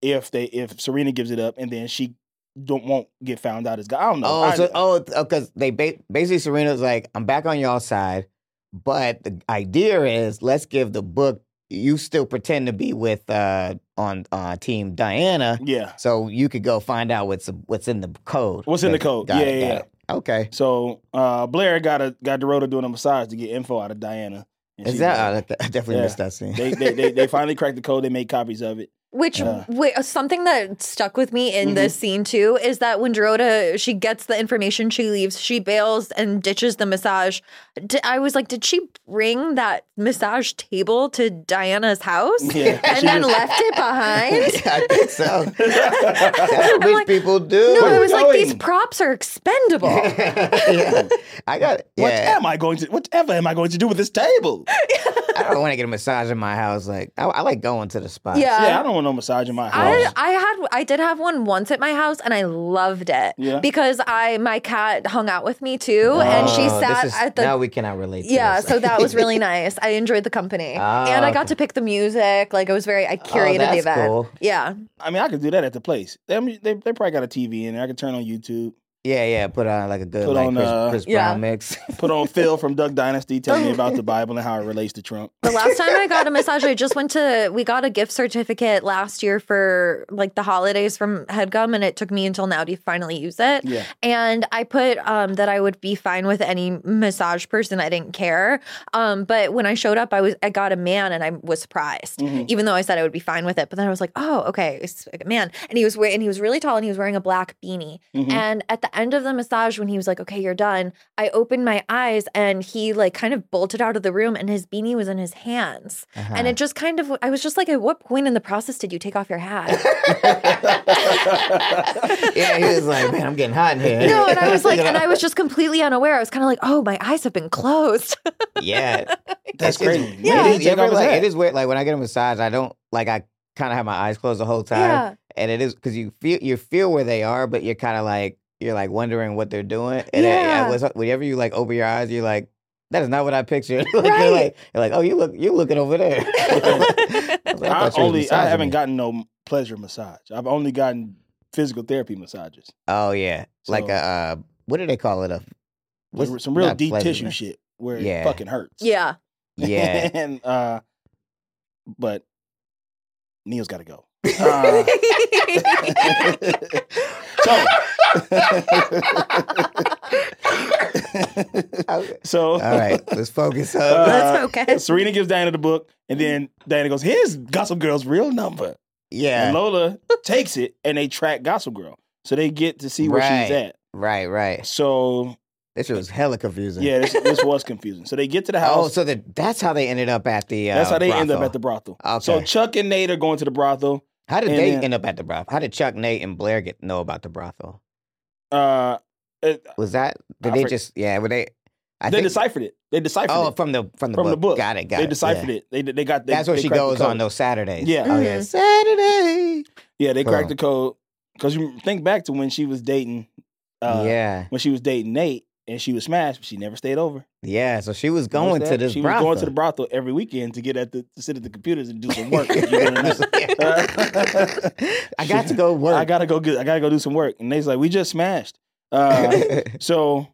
if they if Serena gives it up and then she don't won't get found out as God. I don't know. Oh, I- so oh, because they ba- basically Serena's like, I'm back on y'all side, but the idea is let's give the book. You still pretend to be with uh on uh team Diana, yeah. so you could go find out what's what's in the code. What's in the code. Got Yeah, it, yeah, got it. Okay. So uh Blair got a got Dorota doing a massage to get info out of Diana. And Is she's that? like- oh, I definitely Yeah. missed that scene. they, they they they finally cracked the code, they made copies of it. Which Yeah. Mm-hmm. wait, something that stuck with me in this scene too is that when Dorota she gets the information, she leaves, she bails and ditches the massage. D- I was like, did she bring that massage table to Diana's house Yeah, she and then just- left it behind? Yeah, I think so. That's what rich like, people do. No, Where I you was like, these going? props are expendable. Yeah. I got. What Yeah, Uh, am I going to whatever am I going to do with this table? I don't want to get a massage in my house. Like, I, I like going to the spot. yeah. yeah, I don't want no massage in my house. I, I had I did have one once at my house and I loved it Yeah. because I my cat hung out with me too and she Oh, this sat is- at the Now we cannot relate. To Yeah, this. so that was really nice. I enjoyed the company, Ah, and I got okay. Oh, to pick the music. Like I was very, I curated the that's event. cool. Yeah, I mean, I could do that at the place. They, I mean, they, they probably got a TV in there. I could turn on YouTube, Yeah, yeah. Put on like a good Put like on, Chris, uh, Chris Yeah. Brown mix. put on Phil from Duck Dynasty, tell me about the Bible and how it relates to Trump. the last time I got a massage, I just went to. We got a gift certificate last year for like the holidays from HeadGum, and it took me until now to finally use it. Yeah. and I put um, that I would be fine with any massage person. I didn't care. Um, but when I showed up, I was I got a man, and I was surprised, even though I said I would be fine with it. But then I was like, oh, okay, it's a man, and he was we- and he was really tall, and he was wearing a black beanie. And at the end of the massage, when he was like, okay, you're done, I opened my eyes, and he like kind of bolted out of the room, and his beanie was in his hands, Uh-huh. and it just kind of I was just like, at what point in the process did you take off your hat? yeah, he was like, man, I'm getting hot in here. No, and I was like, and I was just completely unaware. I was kind of like, oh, my eyes have been closed. yeah, That's It's- crazy. Yeah. It is, Take off ever, his like, hat. it is weird. Like when I get a massage, I don't like I kind of have my eyes closed the whole time, Yeah. and it is because you feel you feel where they are, but you're kind of like you're like wondering what they're doing. And it- Yeah. it was- whenever you like open your eyes, you're like. That is not what I pictured. like, Right. you're, like, you're like, oh, you look, you're looking over there. I was like, I I thought you was only I massaging haven't me. gotten no pleasure massage. I've only gotten physical therapy massages, Oh yeah, like So- a uh, what do they call it? A Like, what's- some real not deep pleasure. tissue shit where it Yeah. fucking hurts. yeah. Yeah, and uh, but Neil's got to go. Uh, so, so All right, let's focus up. Uh, Let's focus. Serena gives Diana the book, and then Diana goes, "Here's Gossip Girl's real number." And yeah, Lola takes it, and they track Gossip Girl, so they get to see where she's Right. at. right, right. So This shit was hella confusing. yeah, this, this was confusing. So they get to the Oh, house. so that that's how they ended up at the. Uh, That's how they end up brothel. at the brothel. Okay. So Chuck and Nate are going to the brothel. How did and they then- end up at the brothel? How did Chuck, Nate, and Blair get know about the brothel? Uh, uh, Was that did I they forget. just yeah? Were they? I they think. deciphered it. They deciphered oh, it from the from the from book. the book. Got it. Got they it. deciphered it. They they got. They, That's where they she cracked the goes on code. those Saturdays. Yeah. Mm-hmm. Oh yeah, Mhm. Saturday. Yeah, they cracked Boom. the code because you think back to when she was dating. Uh, yeah, When she was dating Nate and she was smashed, but she never stayed over. yeah. So she was You going to understand? this She brothel. was going to the brothel every weekend to get at the to sit at the computers and do some work. You know what I mean? I got to go work. I gotta go get. I gotta go do some work. And Nate's like, we just smashed. Uh, So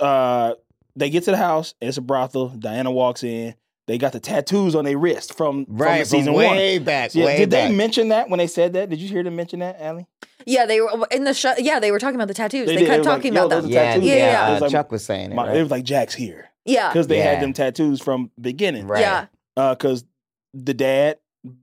uh, they get to the house. It's a brothel. Diana walks in. They got the tattoos on their wrist from, from right the season from one. way back. So, yeah, way did back. they mention that when they said that? Did you hear them mention that, Allie? Yeah, they were in the show. Yeah, they were talking about the tattoos. They, did. It kept was like, talking yo, about those them. are yeah, tattoos. yeah. Yeah, yeah. uh, It was like- Chuck was saying it. My, right? It was like Jack's here Yeah. because they Yeah. had them tattoos from beginning. Right. Yeah. Because the dad,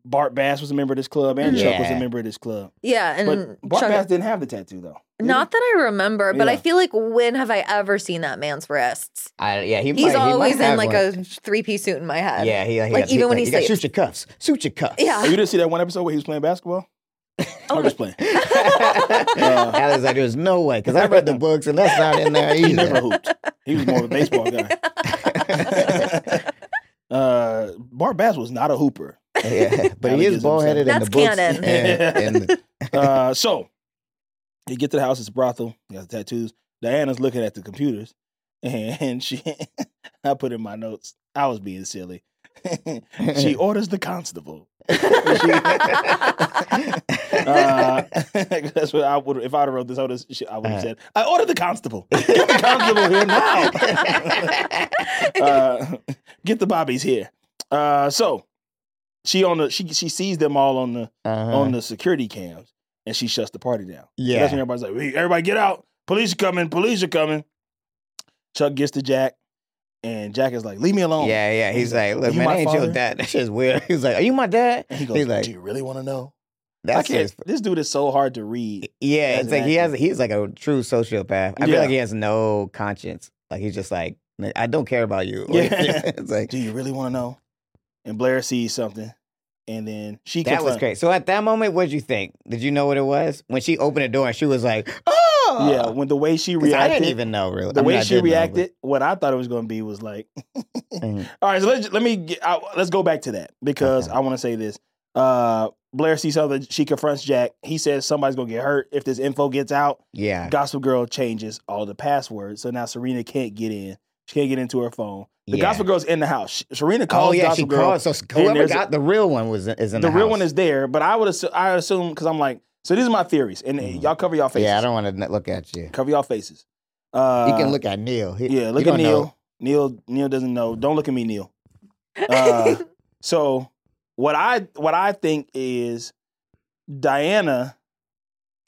Bart Bass, was a member of this club, and Chuck was Yeah. a member of this club. Yeah. And but Bart Chuck- Bass didn't have the tattoo though. Did he? not that I remember, but I Yeah. feel like when have I ever seen that man's wrists? I, yeah, he might, He's he might always in have like one. a three piece suit in my head. Yeah, he, he Like, got- even when like, he you got sleeps. shoot your cuffs, shoot your cuffs. Oh, Yeah. you didn't see that one episode where he was playing basketball? Oh, I'm just playing. I was like, "There's no way," because I read the books and that's not in there He never either. hooped. He was more of a baseball guy. uh, Bart Bass was not a hooper. yeah, but he Allie is gives him bald headed in something. the That's books. canon. And, and- Uh, so you get to the house, it's a brothel, you got the tattoos. Diana's looking at the computers, and she, I put in my notes, I was being silly. she orders the constable. She- uh, that's what I would if I'd have wrote this order. she- I would have Uh. Uh-huh. said, "I ordered the constable. Get the constable here now. uh, get the bobbies here." Uh, so she on the she she sees them all on the Uh-huh. on the security cams, and she shuts the party down. Yeah. that's when everybody's like, "Hey, "Everybody get out! Police are coming! Police are coming!" Chuck gets to Jack, and Jack is like, "Leave me alone." yeah, yeah. He's like, "Are "Look, Oh, you man, my I ain't your father?" dad. That shit's weird." He's like, "Are you my dad?" And he goes, He's like, "Do you really want to know?" I "That's can't, his." this dude is so hard to read. Yeah, As it's an like he has. actor. He's like a true sociopath. Yeah. I feel like he has no conscience. Like he's just like, "I don't care about you." Like, Yeah. it's like Do you really want to know? And Blair sees something, and then she That was confront- great. So at that moment, what'd you think? Did you know what it was? When she opened the door and she was like, oh! Yeah, when the way she 'Cause reacted, I didn't even know, really. the I mean, way I she did know, but- reacted, what I thought it was going to be was like, Mhm. all right, so let's let me get, I, let's go back to that because Okay. I want to say this. Uh, Blair sees something. She confronts Jack. He says somebody's going to get hurt if this info gets out. Yeah. Gospel Girl changes all the passwords, so now Serena can't get in. She can't get into her phone. The Yeah. Gospel Girl's in the house. Serena Oh, calls yeah, Gospel she Girl. called. So whoever there's a- got the real one was is in the the real house. one is there, but I would assume, I assume because I'm like, so these are my theories, and eh, Mhm. y'all cover y'all faces. Yeah, I don't want to look at you. cover y'all faces. Uh, You can look at Neil. He- Yeah, you look at don't Neil. know. Neil Neil doesn't know. Don't look at me, Neil. Uh, so what I what I think is Diana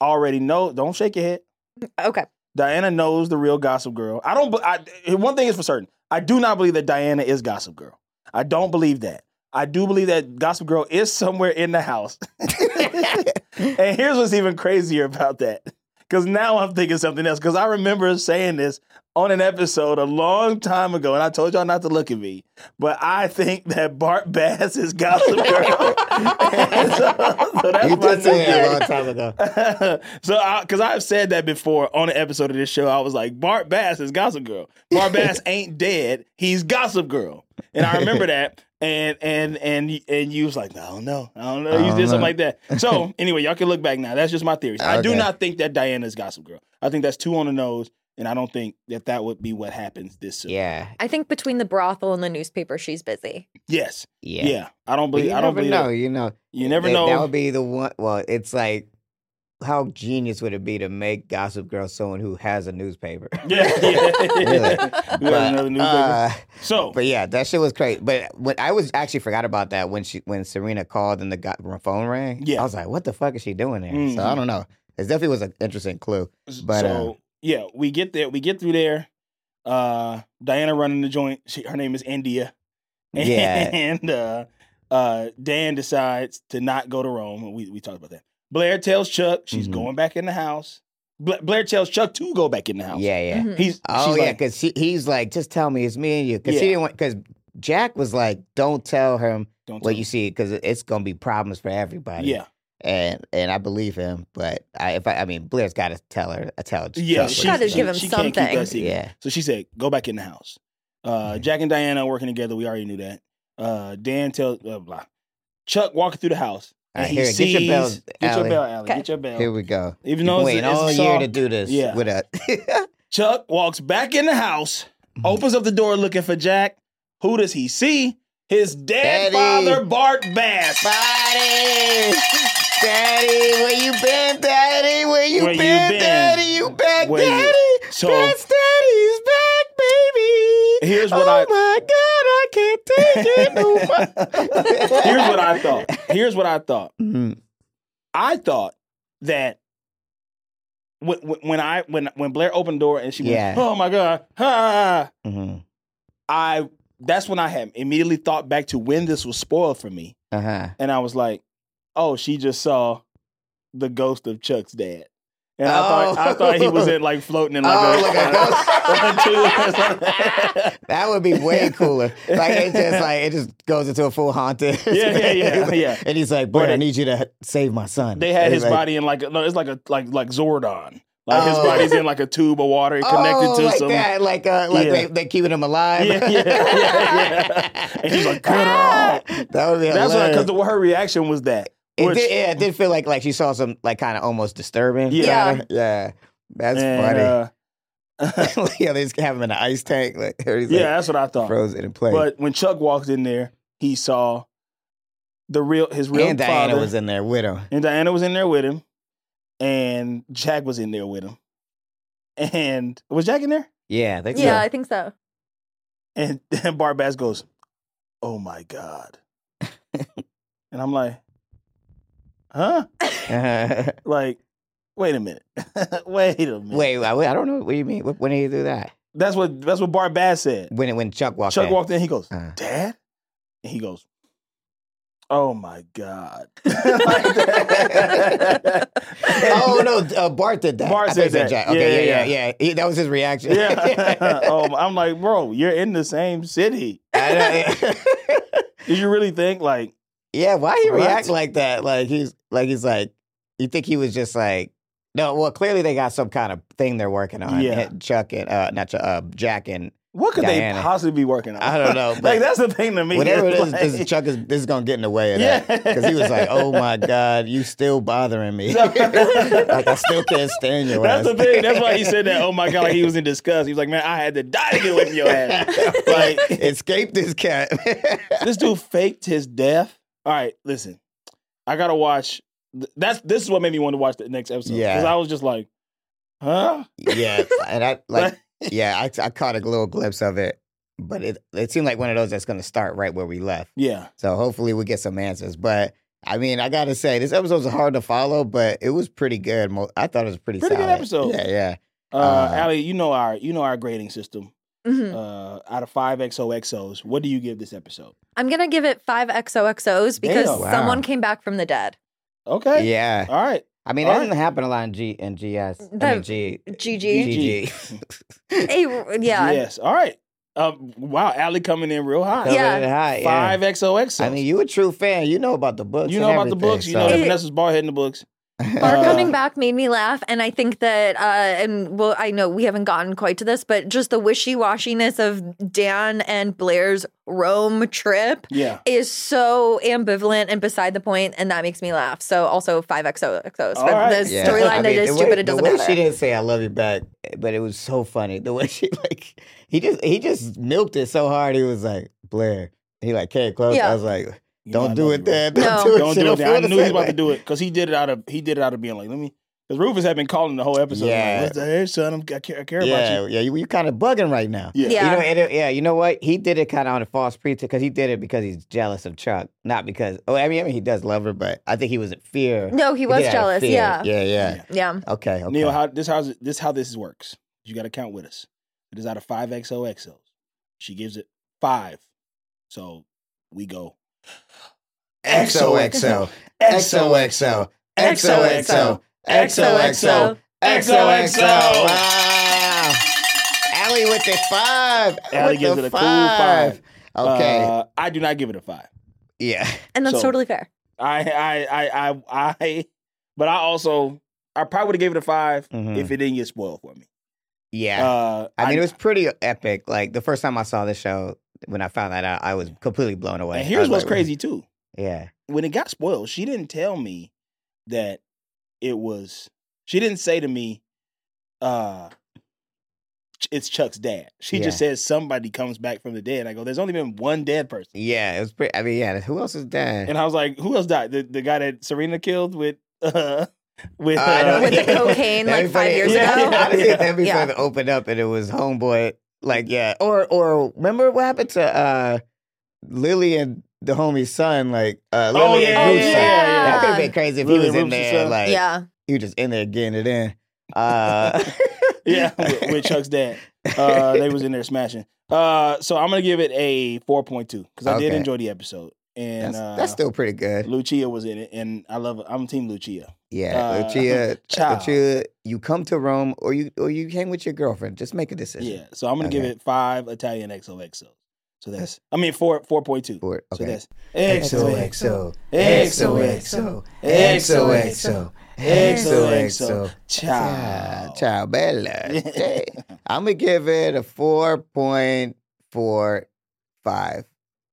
already know. Don't shake your head. okay. Diana knows the real Gossip Girl. I don't. be- I, one thing is for certain. I do not believe that Diana is Gossip Girl. I don't believe that. I do believe that Gossip Girl is somewhere in the house. and here's what's even crazier about that. Because now I'm thinking something else. Because I remember saying this on an episode a long time ago, and I told y'all not to look at me. But I think that Bart Bass is Gossip Girl. so, so that's my You did say new it a long theory time ago. so, because I've said that before on an episode of this show, I was like, Bart Bass is Gossip Girl. Bart Bass ain't dead; he's Gossip Girl, and I remember that. And and and y- and you was like, I don't know, I don't know. You don't did something know. like that. So anyway, y'all can look back now. That's just my theories. I do Okay. not think that Diana's Gossip Girl. I think that's two on the nose, and I don't think that that would be what happens this soon. Yeah. I think between the brothel and the newspaper, she's busy. Yes. Yeah. Yeah. I don't But believe. you I don't never believe. know. that. You know. You never That- know. That would be the one. Well, it's like how genius would it be to make Gossip Girl someone who has a newspaper? Yeah, yeah. Really. We have another newspaper. uh, so, but yeah, that shit was crazy. But when I was actually forgot about that when she when Serena called and the go- phone rang. Yeah. I was like, what the fuck is she doing there? Mhm. So I don't know. It definitely was an interesting clue. but, uh, so yeah, we get there. We get through there. Uh, Diana running the joint. She, her name is India. Yeah. and uh, uh, Dan decides to not go to Rome. We we talked about that. Blair tells Chuck she's Mhm. going back in the house. Bla- Blair tells Chuck to go back in the house. Yeah, yeah. Mhm. he's Oh mm-hmm. she's yeah, like, because he's like, just tell me it's me and you. Because Yeah. he didn't want. Because Jack was like, don't tell him Don't what tell you see because it's gonna be problems for everybody. Yeah, and and I believe him, but I if I, I mean Blair's got to tell her. I tell. yeah. She's Chuck what she- gotta she- give him she can't keep that something. secret. Yeah, So she said, "Go back in the house." Uh, Mm-hmm. Jack and Diana are working together. We already knew that. Uh, Dan tells blah, blah. Chuck walking through the house. All and right, he here, get your bell, sees- Get your Allie. bell, Allie. Okay. Get your bell. here we go. Even You've been though it's, waiting a- it's all a year song, to do this Yeah. with us. Chuck walks back in the house, Mm-hmm. opens up the door looking for Jack. Who does he see? His dead Daddy. father, Bart Bass. Daddy, Daddy, where you been, Daddy? Where you, Where you been, been? Daddy? You back, Where you- Daddy? So- Best Daddy's back, baby. Here's what oh I- my God, I can't take it no more. Here's what I thought. Here's what I thought. Mhm. I thought that when, when when I when when Blair opened the door and she Yeah. went, "Oh my god!" Ah, Mhm. I that's when I had immediately thought back to when this was spoiled for me, Uh-huh. and I was like, "Oh, she just saw the ghost of Chuck's dad," and I thought I Oh. thought he was in like floating in like Oh, a, like a a- a tube. That would be way cooler. Like it just like it just goes into a full haunted. Yeah, yeah, yeah, yeah. And he's like, "Boy, Or I they- need you to like, my son." They had And his he's like, body in like a, no, it's like a like like Zordon. Like his Oh. body's in like a tube of water connected oh, to like some. that, like uh, like Yeah. they they keeping him alive. Yeah, yeah, yeah, yeah. And he's like, "Cut her off." Ah! That would be That's why, hilarious. because her reaction was that. it Which- did, yeah, it did feel like like she saw some like kind of almost disturbing. Yeah. kinda. yeah, that's And, uh, funny. yeah, they just have him in an ice tank. Like he's yeah, yeah, that's what I thought. frozen in place. But when Chuck walked in there, he saw the real his real and Diana father, was in there with him. and Diana was in there with him, and Jack was in there with him, and was Jack in there? Yeah, I think so. Yeah, I think so. And then Bart Bass goes, "Oh my god," and I'm like, "Huh? uh-huh. Like, wait a minute, wait a minute. Wait, I, I don't know what you mean. Wh- When did he do that? that's what that's what Bart Bass said. When when Chuck walked Chuck in. walked in. He goes, Uh. "Dad," and he goes, "Oh my god!" Like that. oh no, uh, Bart did that. Bart I thought he said that. Jack. Yeah, Okay, yeah, yeah, yeah, yeah. He- that was his reaction. yeah. oh, I'm like, bro, you're in the same city. I know. Did you really think like? yeah, why he What? react like that? Like he's like he's like you think he was just like no. Well, clearly they got some kind of thing they're working on. Yeah. Chuck and uh, not Chuck, uh, Jack and What could Diana. they possibly be working on? I don't know, like but- that's the thing to me. whatever it It's is. like- This, Chuck is this is gonna get in the way of that Yeah. because he was like, oh my god, you still bothering me. No. like I still can't stand your That's ass. the thing. That's why he said that. Oh my god, like he was in disgust. He was like, man, I had to die to get away from your ass. Like escape this cat. this dude faked his death. All right, listen, I gotta watch. th- That's this is what made me want to watch the next episode. Yeah. because I was just like, huh? yeah, and I like yeah, I, I caught a little glimpse of it, but it it seemed like one of those that's going to start right where we left. yeah, So hopefully we get some answers. But I mean, I gotta say this episode's hard to follow, but it was pretty good. Mo- I thought it was pretty Pretty good solid. episode. Yeah, yeah. uh, Uh, Ali, you know our you know our grading system. Mhm. Uh, out of five XOXOs, what do you give this episode? I'm gonna give it five XOXOs because Damn. Wow. someone came back from the dead. Okay, Yeah. all right. I mean, All that right. didn't happen a lot in G in GS. I The- mean, G. GG. GG. Hey, yeah. Yes. All right. Um, wow, Ali coming in real high. Coming Yeah. in high, yeah. Five XOXOs. I mean, you a true fan. You know about the books. you and know about the everything, books. You so- know that It- Vanessa's bald head in the books. Bar Uh, coming back made me laugh, and I think that, uh, and well, I know we haven't gotten quite to this, but just the wishy washiness of Dan and Blair's Rome trip Yeah. is so ambivalent and beside the point, and that makes me laugh. So also five XOXOs, All but right. the Yeah. storyline that I mean, is the way- stupid, it doesn't the way matter. She didn't say "I love you" back, but it was so funny. The way she like, he just he just milked it so hard. He was like Blair. He like came close. Yeah. I was like, You know I "Don't do love it, you, bro. Dad. Don't No. do it. Don't She do it. feel I the knew he was same about way." to do it because he did it out of he did it out of being like, let me Because Rufus had been calling the whole episode. Yeah. Yeah. Like, What's the hey, son? I'm, I care, I care yeah, about yeah, you, you kind of bugging right now. you. Yeah. You know, and it, yeah, you know what? He did it kind of on a false pretense because he did it because he's jealous of Chuck, not because. Oh, I mean, I mean, he does love her, but I think he was in fear. No, he was did it out of jealous, fear. yeah. yeah, yeah. Yeah. Okay, okay. Neil, how this how this how this works? You got to count with us. It is out of five XOXOs. She gives it five, so we go XOXO, XOXO, XOXO, XOXO, XOXO. Wow. Allie with the five. Allie with gives the it a cool five. Okay. Uh, I do not give it a five. yeah. And that's So- totally fair. I I I I, I but I also I probably would have gave it a 5 Mhm. if it didn't get spoiled for me. Yeah. Uh, I mean, it was pretty epic. Like the first time I saw this show, when I found that out, I was completely blown away. And I here's was what's like, crazy too. Yeah. When it got spoiled, she didn't tell me that it was. She didn't say to me, uh, "Ch- "It's Chuck's dad." She just says somebody comes back from the dead. I go, "There's only been one dead person," Yeah. It was pretty. I mean, yeah. Who else is dead? and I was like, "Who else died? The, the guy that Serena killed with uh, with Uh, I know- With the cocaine, like, That'd five be funny. years yeah, ago? Yeah, honestly, Yeah. that'd be Yeah. fun to open up and it was homeboy. Like, yeah. Or or remember what happened to uh Lily and the homie's son, like uh Lily Oh, yeah, and yeah, Bruce's son. yeah, That could have yeah. been crazy if Lily he was in Rufus' there, son. like yeah. he was just in there getting it in. Uh yeah, with, with Chuck's dad. Uh, they was in there smashing. Uh, so I'm gonna give it a 4.2 because I did Okay. enjoy the episode, and that's, uh, that's still pretty good. Lucia was in it, and I love. I'm Team Lucia. Yeah, uh, Lucia, child. Lucia, you come to Rome or you or you hang with your girlfriend. Just make a decision. Yeah, so I'm gonna give Okay. it five Italian XOXO. So that's I mean four 4.2. For it. So Okay. that's XOXO XOXO XOXO XOXO. Ciao. Ciao, bella. I'm gonna give it a four point four five.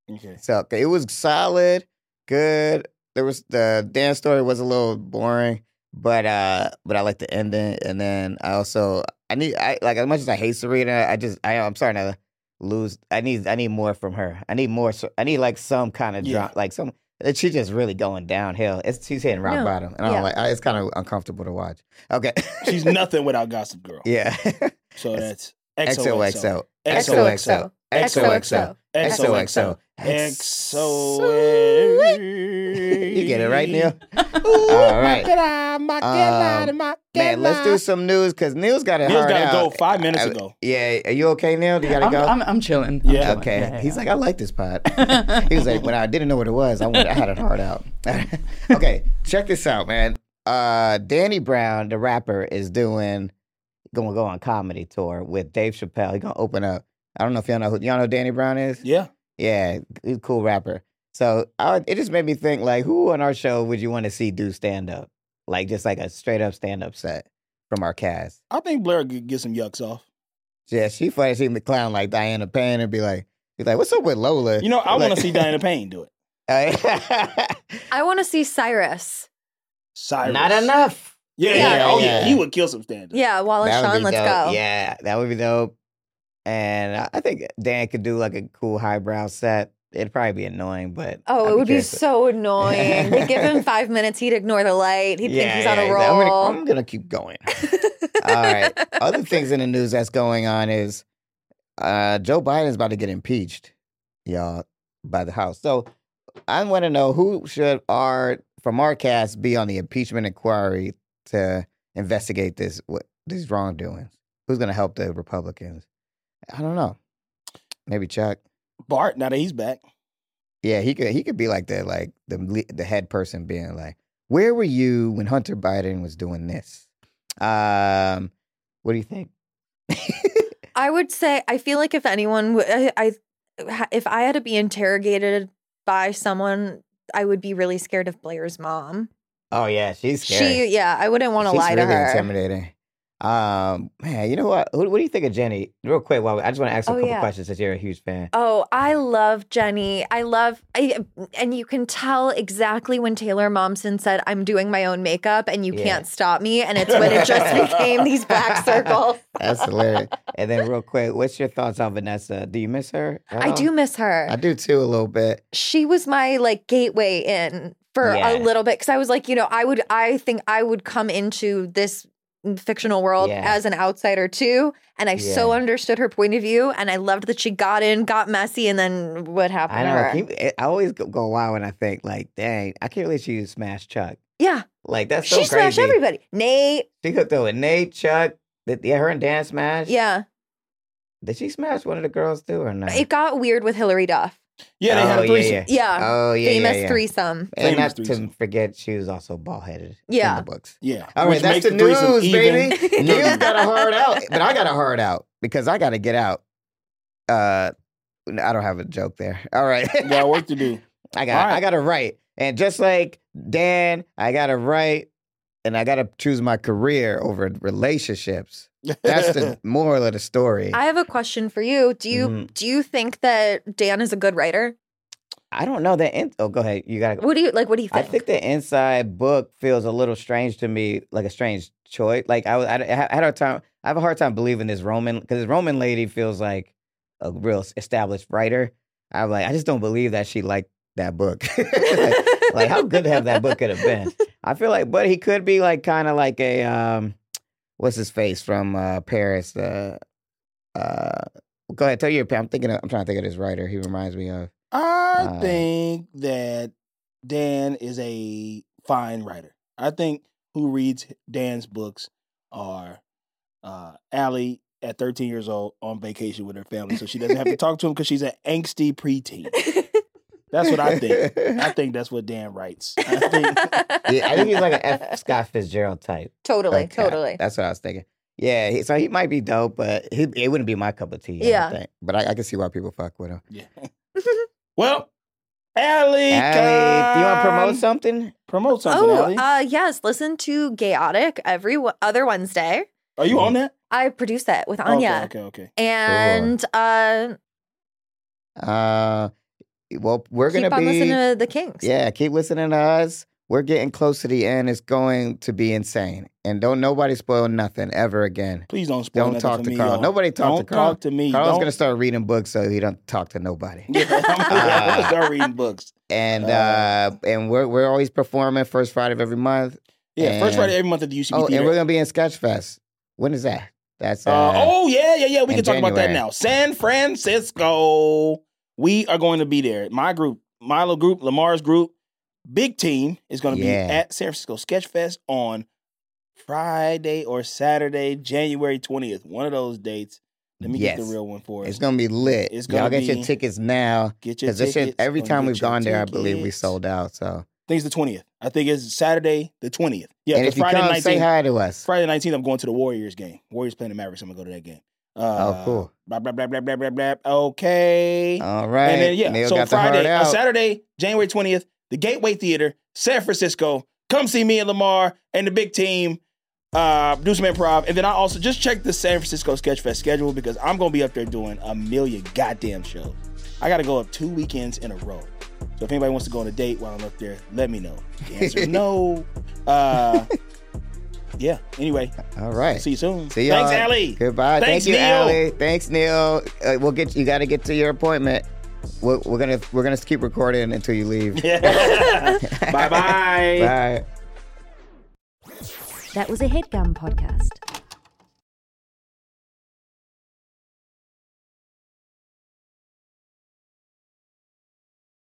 Okay. So okay, it was solid, good. There was the dance story was a little boring, but uh, but I like the ending, and then I also I need I like as much as I hate Serena, I just I I'm starting to lose. I need I need more from her. I need more. Ser- I need like some kind of Yeah. drop, like some. and She's just really going downhill. It's she's hitting rock No. bottom, and I'm Yeah. like, I, it's kind of uncomfortable to watch. Okay, She's nothing without Gossip Girl. yeah. So that's XOXO. XOXO. XOXO. XOXO. XOXO. You get it right, Neil? All right. Um, Man, let's do some news because Neil's got it Neil's hard gotta out. go five minutes I- ago. Yeah, are you okay, Neil? You gotta I'm, go. I'm, I'm chilling. Yeah. Yeah. okay. He's like, I like this pod. he was like, when I didn't know what it was, I, went, I had it hard out. okay, check this out, man. Uh, Danny Brown, the rapper, is doing gonna go on comedy tour with Dave Chappelle. He's gonna open up. I don't know if y'all know who y'all know who Danny Brown is. Yeah. Yeah, he's a cool rapper. So I, it just made me think, like, who on our show would you want to see do stand up? Like, just like a straight up stand up set from our cast. I think Blair could get some yucks off. Yeah, she funny. She the clown like Diana Payne and be like, be like, what's up with Lola? You know, I want Like- to see Diana Payne do it. I want to see Cyrus. Cyrus. Not enough. Yeah, yeah, Yeah, oh yeah. yeah. He would kill some standards. Yeah, Wallace That would Shawn, be let's dope. go. Yeah, that would be dope. And I- I think Dan could do like a cool highbrow set. It'd probably be annoying, but Oh, I'd it would be curious. so annoying. they give him five minutes, he'd ignore the light. He'd think he's on a exactly. I'm roll. gonna, I'm gonna keep going. All right. Other things in the news that's going on is uh, Joe Biden's about to get impeached, y'all, by the House. So I want to know who should our from our cast be on the impeachment inquiry to investigate this what these wrongdoings. Who's gonna help the Republicans? I don't know. Maybe Chuck. Bart, now that he's back. Yeah, he could he could be like the like the le- the head person being like, "Where were you when Hunter Biden was doing this?" Um, what do you think? I would say I feel like if anyone, w- I, I- if I had to be interrogated by someone, I would be really scared of Blair's mom. Oh yeah, she's She, yeah, I wouldn't want to She's lie to really her. intimidating. Um, man, you know what? What, what do you think of Jenny? Real quick, while we- I just want to ask a Oh, couple yeah. questions since you're a huge fan. Oh, I love Jenny. I love, I, and you can tell exactly when Taylor Momsen said, "I'm doing my own makeup, and you Yeah. can't stop me." And it's when it just became these black circles. That's hilarious. and then real quick, what's your thoughts on Vanessa? Do you miss her? at I all? do miss her. I do too a little bit. she was my like gateway in for Yeah. a little bit because I was like, you know, I would, I think I would come into this fictional world Yeah. as an outsider too, and I so Yeah. understood her point of view, and I loved that she got in, got messy, and then what happened? I to her? know. keep- I always go- go wild when I think like, dang, I can't believe she used Smash Chuck. yeah, Like that's so she crazy. smashed everybody. Nate, She hooked up with Nate Chuck. Did, yeah, her and Dan smash. yeah, Did she smash one of the girls too or not? it got weird with Hillary Duff. Yeah, they had Oh, a threesome. Yeah. Yeah, Oh yeah. famous yeah, yeah. threesome. And Famous not threesome. to forget, she was also bald headed. Yeah. In the books. Yeah. All right, Which that's makes the, threesome news, even. baby. news got a hard out, but I got a hard out because I got to get out. Uh, I don't have a joke there. All right, You got work to do. I got All right. I got to write, and just like Dan, I got to write, and I got to choose my career over relationships. That's the moral of the story. I I, have a question for you. Do you Mhm. do you think that Dan is a good writer? don't know that. In- oh, go ahead. You got. to What do you like? What do you I think? think the inside book feels a little strange to me, like a strange choice. Like I, was- I, I had a time. I have a hard time believing this Roman because this Roman lady feels like a real established writer. I'm like, I just don't believe that she liked that book. like, how good have that book could have been? I feel like, but he could be like kind of like a um, what's his face from uh, Paris? Uh, uh, go ahead, tell your. I'm thinking. Of, I'm trying to think of this writer. He reminds me of. I Uh, think that Dan is a fine writer. I think who reads Dan's books are uh, Allie at 13 years old on vacation with her family, so she doesn't have to talk to him because she's an angsty preteen. That's what I think. I think that's what Dan writes. I think, Yeah, I think he's like an F. Scott Fitzgerald type. Totally, Okay, totally. That's what I was thinking. Yeah, he, so he might be dope, but he, it wouldn't be my cup of tea. Yeah, Yeah. I don't think. but I, I can see why people fuck with him. yeah. Well, Allie, Allie, do you want to promote something? something? Promote something, Oh, Allie. uh, yes. Listen to Gayotic every w- other Wednesday. Are you on that? I produce that Oh, with Anya. Okay, okay, okay. And uh, Uh, well, we're uh, keep gonna on be listening to the Kinks. yeah. Keep listening to us. We're getting close to the end. It's going to be insane, and don't nobody spoil nothing ever again. Please don't spoil Don't nothing talk for to me, Carl. y'all. Nobody talk to Don't Carl. talk to me. Carl's Don't- gonna start reading books so he don't talk to nobody. Yeah, I'm gonna start reading books. And Uh. uh, and we're we're always performing first Friday of every month. Yeah, first And- Friday every month at the UCB Ah. Oh, and Theater. we're gonna be in Sketchfest. When is that? That's uh, Uh, oh yeah, yeah, yeah. We can in talk about that January. now. San Francisco. We are going to be there. My group, my little group, Lamar's group, big team is going to Yeah. be at San Francisco Sketch Fest on Friday or Saturday, January twentieth. One of those dates. Let me get Yes. the real one for us. it's gonna be lit. It's Y'all gonna get be- your tickets now get your because this shit. tickets. Every Gonna time get we've your gone there, I believe we tickets. sold out. So, I think it's the twentieth. I think it's Saturday the twentieth. Yeah, and 'cause if you Friday come, say 19th hi to us. Friday nineteenth, I'm going to the Warriors game. Warriors playing the Mavericks. I'm gonna go to that game. Uh, oh, cool. Blah blah blah blah blah blah blah. Okay. All right. And then yeah, Neil so got the Friday, hard uh, out. Saturday, January twentieth, the Gateway Theater, San Francisco. Come see me and Lamar and the big team. Uh, do some improv, and then I also just check the San Francisco Sketch Fest schedule because I'm gonna be up there doing a million goddamn shows. I gotta go up two weekends in a row. So if anybody wants to go on a date while I'm up there, let me know. The answer is no. Uh, yeah. Anyway, All right. see you soon. See y'all. Thanks, Allie. Goodbye. Thanks, Thank you, Neil. Allie. Thanks, Neil. Uh, we'll get you. Got to get to your appointment. We're, we're gonna we're gonna keep recording until you leave. bye bye. Bye. That was a headgum podcast.